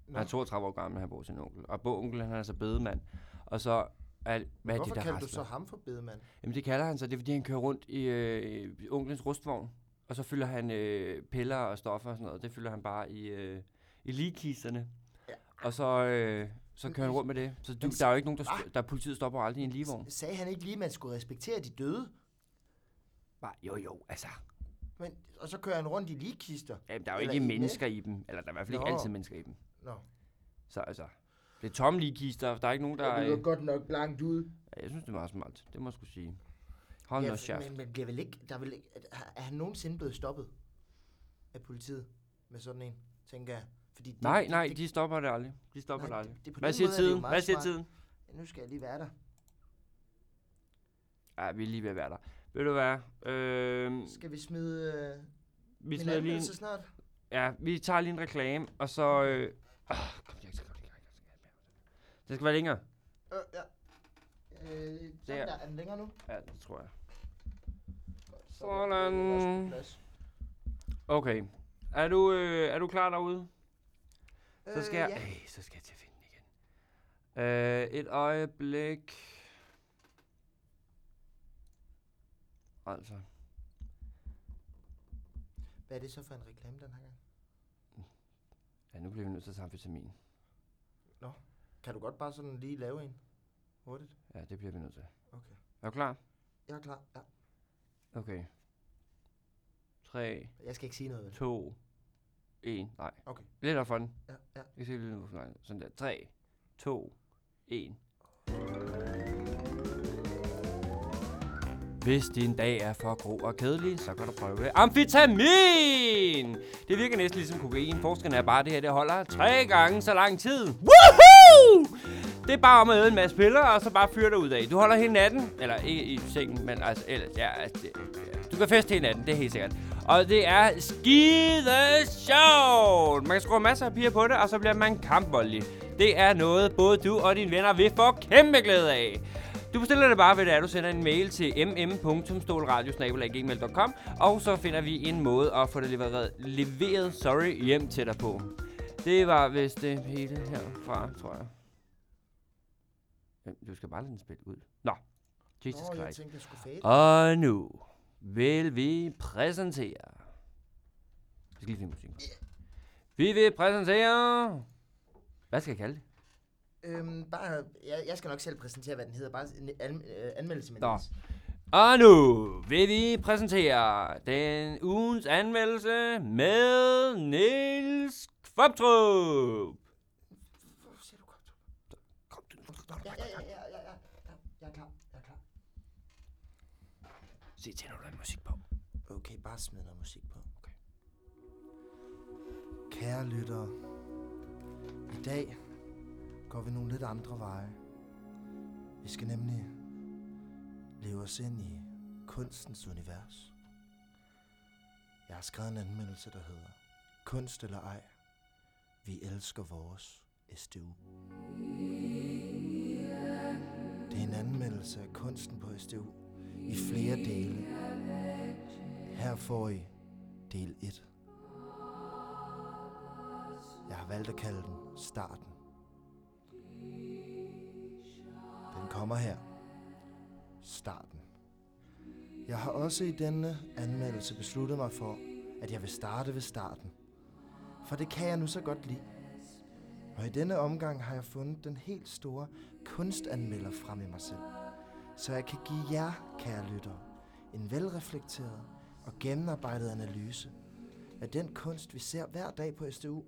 [SPEAKER 2] Nå. Han er 32 år gammel, men han bor til sin onkel. Og på onkel, han er altså bedemand. Og så er, hvad er
[SPEAKER 1] Hvorfor
[SPEAKER 2] de der
[SPEAKER 1] kaldte du
[SPEAKER 2] rasler?
[SPEAKER 1] så ham for bedemand?
[SPEAKER 2] Jamen det kalder han sig, det er fordi han kører rundt i øh, i onklens rustvogn, og så fylder han øh, piller og stoffer og sådan noget, det fylder han bare i, øh, i ligekisterne.
[SPEAKER 1] Ja.
[SPEAKER 2] Og så, øh, så kører han rundt med det. Så du, der er jo ikke nogen, der,
[SPEAKER 1] Ah.
[SPEAKER 2] st- der politiet stopper aldrig i en ligevogn.
[SPEAKER 1] S- sagde han ikke lige, at man skulle respektere de døde?
[SPEAKER 2] Bare, jo jo, altså.
[SPEAKER 1] Men, og så kører han rundt i ligkister.
[SPEAKER 2] Jamen, der er jo
[SPEAKER 1] Eller
[SPEAKER 2] ikke
[SPEAKER 1] i
[SPEAKER 2] mennesker i dem, eller der er i hvert fald ikke
[SPEAKER 1] Nå.
[SPEAKER 2] altid mennesker i dem.
[SPEAKER 1] Nå.
[SPEAKER 2] Så altså, det er tomme ligekister, der er ikke nogen, der...
[SPEAKER 1] Det
[SPEAKER 2] Øh,
[SPEAKER 1] lyder godt nok langt ud.
[SPEAKER 2] ja, jeg synes, det er meget smart, det må jeg skulle sige. Hold nu chef.
[SPEAKER 1] men, men bliver vel ikke, der er, vel ikke, er, er han nogensinde blevet stoppet af politiet med sådan en, tænker jeg? Fordi det,
[SPEAKER 2] Nej, nej, de stopper det aldrig. De stopper
[SPEAKER 1] Nej,
[SPEAKER 2] det aldrig.
[SPEAKER 1] det- det- på den
[SPEAKER 2] Hvad siger
[SPEAKER 1] måde er det jo
[SPEAKER 2] tiden?
[SPEAKER 1] meget
[SPEAKER 2] Hvad siger
[SPEAKER 1] smart.
[SPEAKER 2] tiden?
[SPEAKER 1] Nu skal jeg lige være der.
[SPEAKER 2] Ja, vi er lige ved at være der. Ved du hvad? Øh,
[SPEAKER 1] Skal vi smide øh,
[SPEAKER 2] vi,
[SPEAKER 1] en
[SPEAKER 2] smider lige en,
[SPEAKER 1] anmeldelse snart?
[SPEAKER 2] ja, vi tager lige en reklame, og så... Øh, ah, kom, jeg skal, kom, jeg skal, jeg skal, det skal være længere.
[SPEAKER 1] Øh, ja. Øh, sådan
[SPEAKER 2] Der.
[SPEAKER 1] der. Er den længere nu?
[SPEAKER 2] Ja, det tror jeg.
[SPEAKER 1] Godt, så er der-
[SPEAKER 2] Sådan.
[SPEAKER 1] der er sgu plads.
[SPEAKER 2] Okay. Er du, øh, er du klar derude? Så
[SPEAKER 1] Øh,
[SPEAKER 2] skal jeg...
[SPEAKER 1] ja.
[SPEAKER 2] Øh, så skal jeg til at finde den igen. Øh, et øjeblik. Altså,
[SPEAKER 1] Hvad er det så for en reklame den her gang?
[SPEAKER 2] ja, nu bliver vi nødt til at tage amfetamin.
[SPEAKER 1] Kan du godt bare sådan lige lave en? Hurtigt.
[SPEAKER 2] Ja, det bliver vi nødt til.
[SPEAKER 1] Okay.
[SPEAKER 2] Er du klar?
[SPEAKER 1] Jeg er klar. Ja.
[SPEAKER 2] Okay. 3,
[SPEAKER 1] Jeg skal ikke sige noget. vel?
[SPEAKER 2] 2, 1, nej.
[SPEAKER 1] Okay.
[SPEAKER 2] Lidt af den.
[SPEAKER 1] Ja, ja.
[SPEAKER 2] Jeg skal lige lyde for langt. Sådan der. 3, 2, 1. Hvis din dag er for grå og kedelig, så kan du prøve amfetamin! Det virker næsten ligesom kokain. Forskerne er bare, at det her det holder tre gange så lang tid. Woohoo! Det er bare om at æde en masse piller, og så bare fyre dig ud af. Du holder hele natten, eller ikke i sengen, men altså ellers, ja, altså, det- ja. Du kan feste hele natten, det er helt sikkert. Og det er skide sjovt! Man kan skrue masser af piger på det, og så bliver man kampvoldelig. Det er noget, både du og dine venner vil få kæmpe glæde af. Du bestiller det bare ved, at du sender en mail til mm mm.stolradiosnabelag.gmail.com og så finder vi en måde at få det leveret, leveret sorry, hjem til dig på. Det var vist det hele herfra, tror jeg. Jamen, Du skal bare lade den spille ud. Nå, Jesus
[SPEAKER 1] Nå, jeg
[SPEAKER 2] Christ.
[SPEAKER 1] tænkte, jeg skulle fade.
[SPEAKER 2] Og nu vil vi præsentere... Vi skal lige finde musik. Vi vil præsentere... Hvad skal jeg kalde det?
[SPEAKER 1] Øhm, bare, jeg, jeg skal nok selv præsentere, hvad den hedder. Bare en an, øh, anmeldelse med
[SPEAKER 2] Nå.
[SPEAKER 1] Niels.
[SPEAKER 2] Og nu vil vi præsentere den ugens anmeldelse med Niels Kvoptrup.
[SPEAKER 1] Hvorfor siger du godt?
[SPEAKER 2] Kom, du,
[SPEAKER 1] Ja, ja, ja, ja, ja, ja, ja. Jeg er klar, jeg er klar.
[SPEAKER 2] Se til, når der er musik på.
[SPEAKER 1] Okay, bare smid noget musik på. Okay. Kære lyttere, i dag går vi nogle lidt andre veje. Vi skal nemlig leve os ind i kunstens univers. Jeg har skrevet en anmeldelse, der hedder Kunst eller ej, vi elsker vores SDU. Det er en anmeldelse af kunsten på SDU i flere dele. Her får I del 1. Jeg har valgt at kalde den starten. Den kommer her. Starten. Jeg har også i denne anmeldelse besluttet mig for, at jeg vil starte ved starten. For det kan jeg nu så godt lide. Og i denne omgang har jeg fundet den helt store kunstanmelder frem i mig selv. Så jeg kan give jer, kære lyttere, en velreflekteret og gennemarbejdet analyse af den kunst, vi ser hver dag på SDU,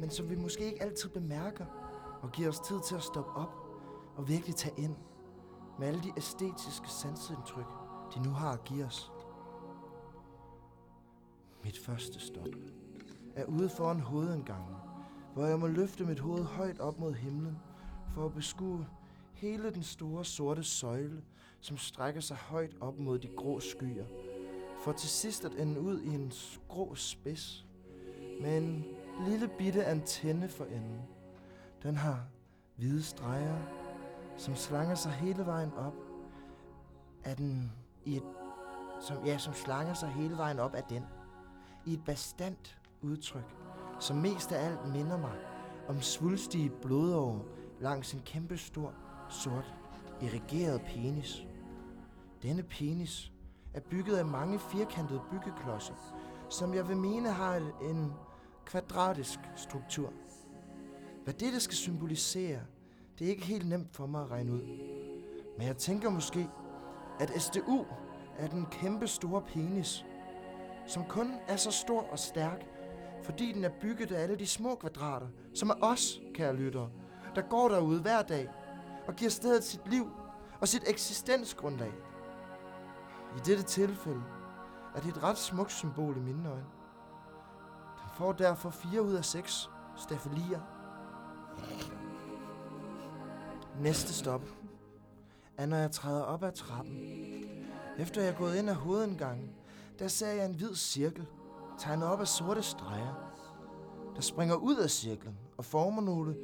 [SPEAKER 1] men som vi måske ikke altid bemærker og giver os tid til at stoppe op og virkelig tage ind med alle de æstetiske sansindtryk, de nu har at give os. Mit første stop er ude foran hovedindgangen, hvor jeg må løfte mit hoved højt op mod himlen for at beskue hele den store sorte søjle, som strækker sig højt op mod de grå skyer, for til sidst at ende ud i en grå spids med en lille bitte antenne for enden. Den har hvide streger, som slanger sig hele vejen op af den i et, som, ja, som slanger sig hele vejen op af den i et bastant udtryk, som mest af alt minder mig om svulstige blodår langs en kæmpe stor, sort, irrigeret penis. Denne penis er bygget af mange firkantede byggeklodser, som jeg vil mene har en kvadratisk struktur. Hvad dette skal symbolisere, det er ikke helt nemt for mig at regne ud. Men jeg tænker måske, at SDU er den kæmpe store penis, som kun er så stor og stærk, fordi den er bygget af alle de små kvadrater, som er os, kære lyttere, der går derude hver dag og giver stedet sit liv og sit eksistensgrundlag. I dette tilfælde er det et ret smukt symbol i mine øjne. Den får derfor 4 ud af 6 stafelier. Næste stop er, når jeg træder op ad trappen. Efter jeg er gået ind ad hovedindgangen, der ser jeg en hvid cirkel, tegnet op af sorte streger, der springer ud af cirklen og former nogle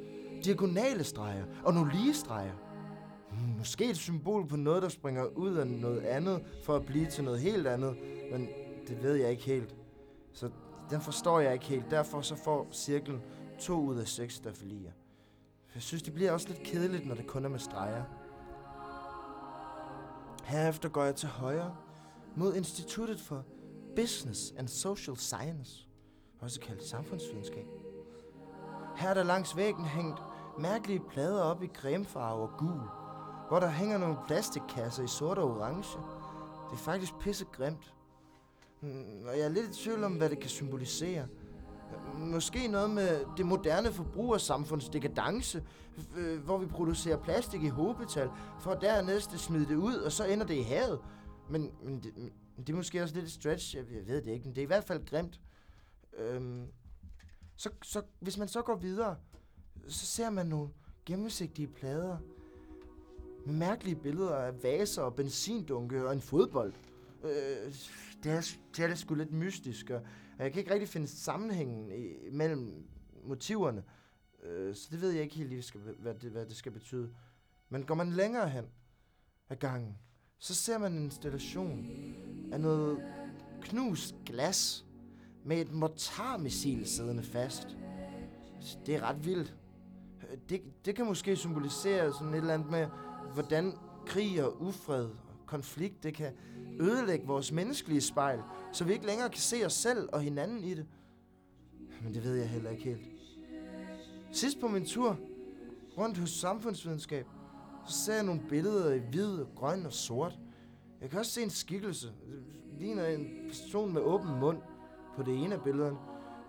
[SPEAKER 1] diagonale streger og nogle lige streger. Hmm, Måske et symbol på noget, der springer ud af noget andet, for at blive til noget helt andet, men det ved jeg ikke helt. Så den forstår jeg ikke helt. Derfor så får cirklen to ud af seks stafelier. Jeg synes, det bliver også lidt kedeligt, når det kun er med streger. Herefter går jeg til højre mod Instituttet for Business and Social Science, også kaldt samfundsvidenskab. Her er der langs væggen hængt mærkelige plader op i cremefarve og gul, hvor der hænger nogle plastikkasser i sort og orange. Det er faktisk pisse grimt. Mm, Og jeg er lidt i tvivl om, hvad det kan symbolisere. Måske noget med det moderne forbrugersamfunds dekadence, øh, hvor vi producerer plastik i hobetal, for dernæst at smide det ud, og så ender det i havet. Men, men, det, men det er måske også lidt et stretch, jeg, jeg ved det ikke, men det er i hvert fald grimt. Øhm, så, så, hvis man så går videre, så ser man nogle gennemsigtige plader med mærkelige billeder af vaser og benzindunke og en fodbold. Øh, det, er, det er sgu lidt mystisk, og og jeg kan ikke rigtig finde sammenhængen i, mellem motiverne. Øh, så det ved jeg ikke helt lige, skal, hvad, det, hvad det skal betyde. Men går man længere hen ad gangen, så ser man en installation af noget knust glas med et mortarmissil siddende fast. Så Det er ret vildt. Øh, Det, det kan måske symbolisere sådan et eller andet med, hvordan krig og ufred og konflikt, det kan ødelægge vores menneskelige spejl, så vi ikke længere kan se os selv og hinanden i det. Men det ved jeg heller ikke helt. Sidst på min tur rundt hos samfundsvidenskab, så ser jeg nogle billeder i hvid, og grøn og sort. Jeg kan også se en skikkelse. Det ligner en person med åben mund på det ene af billederne.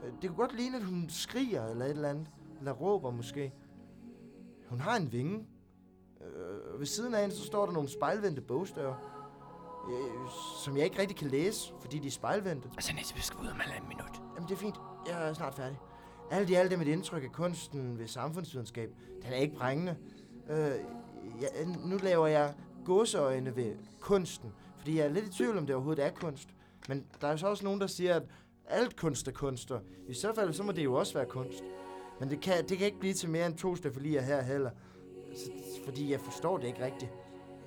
[SPEAKER 1] Øh, Det kunne godt ligne, at hun skriger eller et eller andet. Eller råber måske. Hun har en vinge. Øh, og Ved siden af hende, så står der nogle spejlvendte bogstaver. øh, Som jeg ikke rigtig kan læse, fordi de er spejlvendte.
[SPEAKER 2] Altså, Nisse, vi skal ud om halvandet minut.
[SPEAKER 1] Jamen, det er fint. Jeg er snart færdig. Alt i alt er mit indtryk af kunsten ved samfundsvidenskab. Den er ikke prængende. Øh, jeg, nu laver jeg gåseøjne ved kunsten, fordi jeg er lidt i tvivl om, det overhovedet er kunst. Men der er jo så også nogen, der siger, at alt kunst er kunst, og i så fald så må det jo også være kunst. Men det kan, det kan ikke blive til mere end to stafelier her heller, så, fordi jeg forstår det ikke rigtigt.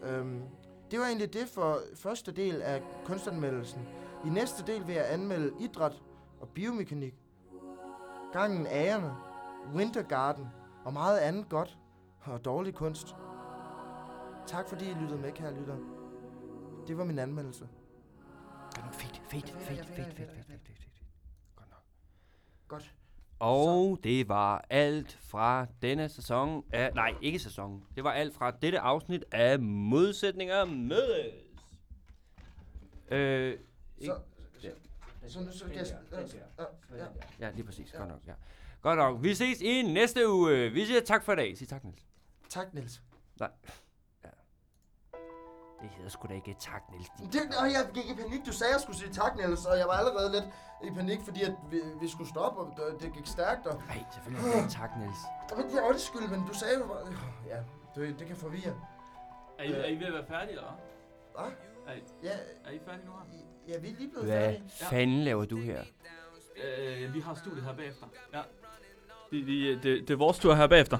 [SPEAKER 1] Øhm, det var egentlig det for første del af kunstanmeldelsen. I næste del vil jeg anmelde idræt og biomekanik. Gangen Agerne, Wintergarden og meget andet godt og dårlig kunst. Tak fordi I lyttede med, kære lytter. Det var min anmeldelse.
[SPEAKER 2] Fedt, fedt, fedt, fedt, fedt, fedt, fedt, fedt. Godt nok.
[SPEAKER 1] Godt.
[SPEAKER 2] Og det var alt fra denne sæson af... Nej, ikke sæson. Det var alt fra dette afsnit af Modsætninger Mødes. Øh, ikke,
[SPEAKER 1] Så, så, så nu så jeg... Ja, ja.
[SPEAKER 2] ja, lige præcis. Godt nok, ja. Godt nok. Vi ses i næste uge. Vi siger tak for i dag. Sig tak, Niels.
[SPEAKER 1] Tak, Niels.
[SPEAKER 2] Nej. Det hedder sgu da ikke tak, Niels. din-
[SPEAKER 1] Det, og jeg gik i panik. Du sagde, at jeg skulle sige tak, Niels, og jeg var allerede lidt i panik, fordi at vi, vi skulle stoppe, og det, det gik stærkt. Og,
[SPEAKER 2] Nej, selvfølgelig er det ikke tak, Niels.
[SPEAKER 1] men jeg undskyld, men du sagde jo bare... Ja, det, det kan forvirre.
[SPEAKER 4] Er I, er
[SPEAKER 5] Øh.
[SPEAKER 4] I ved at være færdige, eller hvad?
[SPEAKER 1] Hvad?
[SPEAKER 4] Er I,
[SPEAKER 1] Ja,
[SPEAKER 4] er I færdige nu her?
[SPEAKER 1] ja, vi er lige blevet
[SPEAKER 2] Hvad
[SPEAKER 1] færdige.
[SPEAKER 2] fanden laver du her?
[SPEAKER 4] Øh, vi har studiet her bagefter. Ja.
[SPEAKER 5] Det, det, øh, det, det er vores tur her bagefter.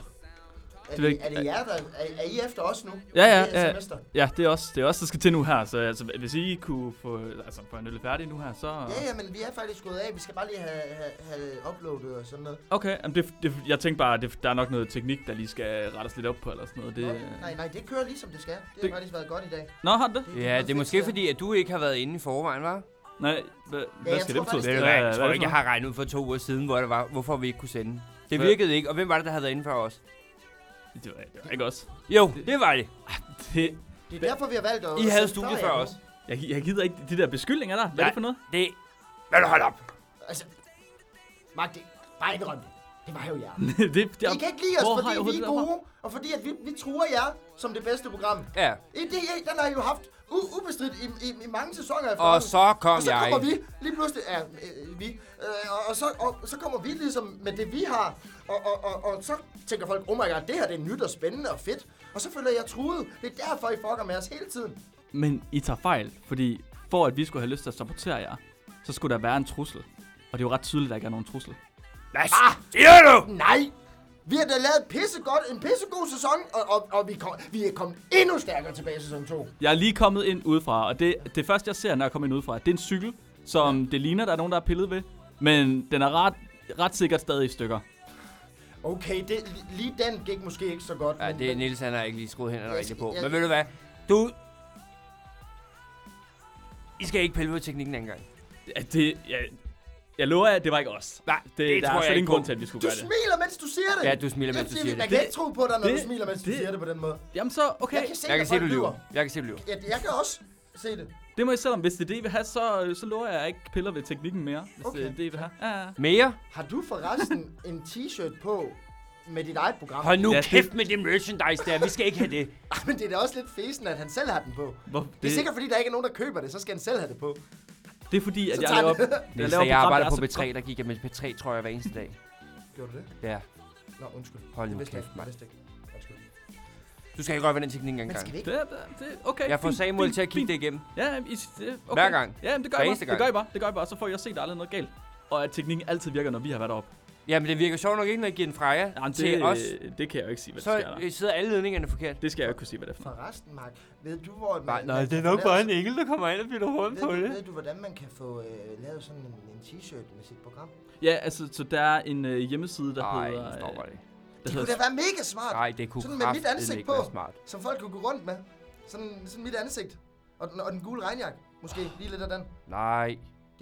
[SPEAKER 1] Er
[SPEAKER 5] Det ved jeg
[SPEAKER 1] det,
[SPEAKER 5] ikke.
[SPEAKER 1] er det jer, der... Er, er I efter os nu?
[SPEAKER 5] Ja, ja,
[SPEAKER 1] Det her
[SPEAKER 5] ja.
[SPEAKER 1] Semester?
[SPEAKER 5] Ja, det er også det er også der skal til nu her, så altså, hvis I kunne få, altså, få en øl færdig nu her, så...
[SPEAKER 1] Ja, ja, men vi er faktisk gået af. Vi skal bare lige have, have, have uploadet og sådan noget.
[SPEAKER 5] Okay, jamen det, det, jeg tænkte bare, at det, der er nok noget teknik, der lige skal rettes lidt op på eller sådan noget. Det,
[SPEAKER 1] Nå, nej, nej, det kører ligesom det skal. Det,
[SPEAKER 5] det-
[SPEAKER 1] har faktisk været godt i dag.
[SPEAKER 5] Nå, har det det?
[SPEAKER 2] Ja, det er måske fordi, at du ikke har været inde i forvejen, var?
[SPEAKER 5] Nej, hvad,
[SPEAKER 1] jeg
[SPEAKER 5] hvad skal
[SPEAKER 1] tror
[SPEAKER 5] det betyde?
[SPEAKER 1] faktisk, det
[SPEAKER 2] Det
[SPEAKER 5] Hvad-
[SPEAKER 2] er
[SPEAKER 5] hvad-
[SPEAKER 2] rigtigt. Jeg
[SPEAKER 5] hvad er
[SPEAKER 2] tror
[SPEAKER 5] det
[SPEAKER 2] ikke, jeg
[SPEAKER 5] for
[SPEAKER 2] har regnet ud for to uger siden, hvor, det var, hvorfor vi ikke kunne sende. Det
[SPEAKER 5] Hvad?
[SPEAKER 2] virkede ikke, og hvem var det, der havde været inde før os?
[SPEAKER 5] noget? Det var, det var ikke os.
[SPEAKER 2] Jo, det var det.
[SPEAKER 5] Det,
[SPEAKER 1] Det er derfor, vi har valgt at...
[SPEAKER 2] I havde
[SPEAKER 1] at-
[SPEAKER 2] studiet
[SPEAKER 1] Nå,
[SPEAKER 2] før
[SPEAKER 1] ja.
[SPEAKER 2] os.
[SPEAKER 5] jeg, jeg gider ikke de der beskyldninger der. Hvad er
[SPEAKER 2] Nej.
[SPEAKER 5] det for noget?
[SPEAKER 2] Det... Hvad du hold op?
[SPEAKER 1] Altså, Mark, det, bare indrøm det. Det var jo jer.
[SPEAKER 5] det, det,
[SPEAKER 1] I kan ikke lide os,
[SPEAKER 5] Hvor har
[SPEAKER 1] fordi
[SPEAKER 5] jeg
[SPEAKER 1] vi er
[SPEAKER 5] overhovedet det
[SPEAKER 1] gode, og fordi at vi, vi truer jer som det bedste program.
[SPEAKER 2] Ja,
[SPEAKER 1] I det, I- den har I jo haft u- ubestridt i, i, i mange sæsoner
[SPEAKER 2] og
[SPEAKER 1] efterhånden.
[SPEAKER 2] så kom
[SPEAKER 1] og så
[SPEAKER 2] jeg.
[SPEAKER 1] kommer vi lige pludselig, ja, øh, vi, øh, og, og, så, og så kommer vi ligesom med det, vi har, og, og, og, og så tænker folk, oh my god, det her det er nyt og spændende og fedt, og så føler jeg truet. Det er derfor, I fucker med os hele tiden.
[SPEAKER 5] Men I tager fejl, fordi for at vi skulle have lyst til at sabotere jer, så skulle der være en trussel. Og det er jo ret tydeligt, at der ikke er nogen trussel.
[SPEAKER 2] Hvad siger du?
[SPEAKER 1] Nej, vi har da lavet et pissegodt, en pissegod sæson, og, og, og vi, kom, vi er kommet endnu stærkere tilbage i sæson 2.
[SPEAKER 5] Jeg er lige kommet ind udefra, og det, det første, jeg ser, når jeg kommer ind udefra, det er en cykel, som det ligner, der er nogen, der har pillet ved. Men den er ret, ret sikkert stadig i stykker.
[SPEAKER 1] Okay, det, li- lige den gik måske ikke så godt.
[SPEAKER 2] Ja,
[SPEAKER 1] men-
[SPEAKER 2] det er Niels, han har ikke lige skruet hænderne
[SPEAKER 1] Jeg
[SPEAKER 2] rigtigt
[SPEAKER 1] skal-
[SPEAKER 2] på.
[SPEAKER 1] jeg-
[SPEAKER 2] Men ved du hvad? Du... I skal ikke pille ved teknikken engang.
[SPEAKER 5] Ja, det, jeg, jeg lover jer, at det var ikke os.
[SPEAKER 2] Nej,
[SPEAKER 5] Det,
[SPEAKER 2] det
[SPEAKER 5] der
[SPEAKER 2] tror
[SPEAKER 5] er
[SPEAKER 2] jeg
[SPEAKER 5] slet
[SPEAKER 2] ikke
[SPEAKER 5] ingen grund
[SPEAKER 2] på.
[SPEAKER 5] til, at vi skulle
[SPEAKER 1] Du
[SPEAKER 5] gøre det.
[SPEAKER 1] smiler, mens du siger det.
[SPEAKER 2] Ja, du smiler, mens
[SPEAKER 1] Jeg
[SPEAKER 2] du
[SPEAKER 1] siger
[SPEAKER 2] siger
[SPEAKER 1] Man
[SPEAKER 2] det.
[SPEAKER 1] kan
[SPEAKER 5] Det-
[SPEAKER 1] ikke tro på dig, når du
[SPEAKER 5] det-
[SPEAKER 1] smiler, mens du
[SPEAKER 5] det-
[SPEAKER 1] siger det på den måde.
[SPEAKER 5] Jamen så, okay.
[SPEAKER 1] Jeg kan se,
[SPEAKER 2] Jeg
[SPEAKER 1] når
[SPEAKER 2] kan se,
[SPEAKER 1] folk
[SPEAKER 2] du lyver. Jeg kan se, du lyver.
[SPEAKER 1] Ja, jeg kan også se det.
[SPEAKER 5] Det må I selv om. Hvis det er det, I vil have, så, så lover jeg, at jeg ikke piller ved teknikken mere. Hvis
[SPEAKER 1] Okay.
[SPEAKER 5] okay. det er det, I vil have. Ja, ja.
[SPEAKER 2] Mere?
[SPEAKER 1] Har du forresten en t-shirt på med dit eget program?
[SPEAKER 2] Hold nu
[SPEAKER 5] Ja, det-
[SPEAKER 2] kæft med det merchandise der. Vi skal ikke have det.
[SPEAKER 1] Ej, Men det er da også lidt fesen, at han selv har den på. Det,
[SPEAKER 5] Hvor,
[SPEAKER 1] det er sikkert, fordi der ikke er nogen, der køber det, så skal han selv have det på.
[SPEAKER 5] det er fordi, at
[SPEAKER 1] Så
[SPEAKER 5] jeg
[SPEAKER 1] tager
[SPEAKER 5] laver,
[SPEAKER 1] vi-
[SPEAKER 2] Niels, da jeg
[SPEAKER 5] program,
[SPEAKER 2] arbejdede
[SPEAKER 5] der
[SPEAKER 2] på
[SPEAKER 5] er så-
[SPEAKER 2] B3, der gik jeg med B3-trøjer hver eneste dag.
[SPEAKER 1] Gjorde du det?
[SPEAKER 2] Ja.
[SPEAKER 1] Nå, undskyld.
[SPEAKER 2] Hold nu
[SPEAKER 1] det vidste jeg
[SPEAKER 2] kæft,
[SPEAKER 1] ikke.
[SPEAKER 2] mand.
[SPEAKER 1] Jeg vidste ikke. Undskyld.
[SPEAKER 2] Du skal ikke røre ved den teknik
[SPEAKER 1] Men
[SPEAKER 2] engang.
[SPEAKER 1] skal vi ikke?
[SPEAKER 5] Det, er- det, er- okay,
[SPEAKER 2] Jeg får
[SPEAKER 5] fint,
[SPEAKER 2] Samuel
[SPEAKER 5] fint,
[SPEAKER 2] til at kigge
[SPEAKER 5] fint.
[SPEAKER 2] det igennem.
[SPEAKER 5] Ja, I, det, okay.
[SPEAKER 2] Hver gang.
[SPEAKER 5] Ja, men det gør,
[SPEAKER 2] Hver
[SPEAKER 5] I bare.
[SPEAKER 2] eneste
[SPEAKER 5] det
[SPEAKER 2] gang.
[SPEAKER 5] gør I bare. Det gør I bare, så får jeg set, at der aldrig er noget galt. Og at teknikken altid virker, når vi har været deroppe.
[SPEAKER 2] Jamen, det virker sjovt nok ikke, når I giver den fra jer
[SPEAKER 5] Jamen,
[SPEAKER 2] til
[SPEAKER 5] det,
[SPEAKER 2] os.
[SPEAKER 5] det kan jeg jo ikke sige, hvad der sker
[SPEAKER 2] Så
[SPEAKER 5] der.
[SPEAKER 2] øh, sidder alle ledningerne forkert.
[SPEAKER 5] Det skal jeg jo ikke kunne sige, hvad det er for.
[SPEAKER 1] Forresten, Mark, ved du, hvor man...
[SPEAKER 2] Nej, nej,
[SPEAKER 1] man
[SPEAKER 2] det er
[SPEAKER 1] kan
[SPEAKER 2] nok
[SPEAKER 1] få
[SPEAKER 2] bare
[SPEAKER 1] lavet-
[SPEAKER 2] en enkelt, der kommer ind og bliver rundt
[SPEAKER 1] ved,
[SPEAKER 2] på
[SPEAKER 1] du-
[SPEAKER 2] det.
[SPEAKER 1] ved du, hvordan man kan få øh, lavet sådan en, en t-shirt med sit program?
[SPEAKER 5] Ja, altså, så der er en øh, hjemmeside, der
[SPEAKER 2] Nej,
[SPEAKER 5] hedder... øh,
[SPEAKER 2] det stopper det.
[SPEAKER 5] der
[SPEAKER 1] Det
[SPEAKER 5] hedder
[SPEAKER 1] kunne da være mega smart.
[SPEAKER 2] Nej, det kunne
[SPEAKER 1] Sådan med mit
[SPEAKER 2] kraftedeme
[SPEAKER 1] ansigt
[SPEAKER 2] ikke
[SPEAKER 1] på.
[SPEAKER 2] være smart.
[SPEAKER 1] Som folk kunne gå rundt med. Sådan, sådan mit ansigt. Og den, og den gule regnjakke. Måske lige lidt af den.
[SPEAKER 2] Nej.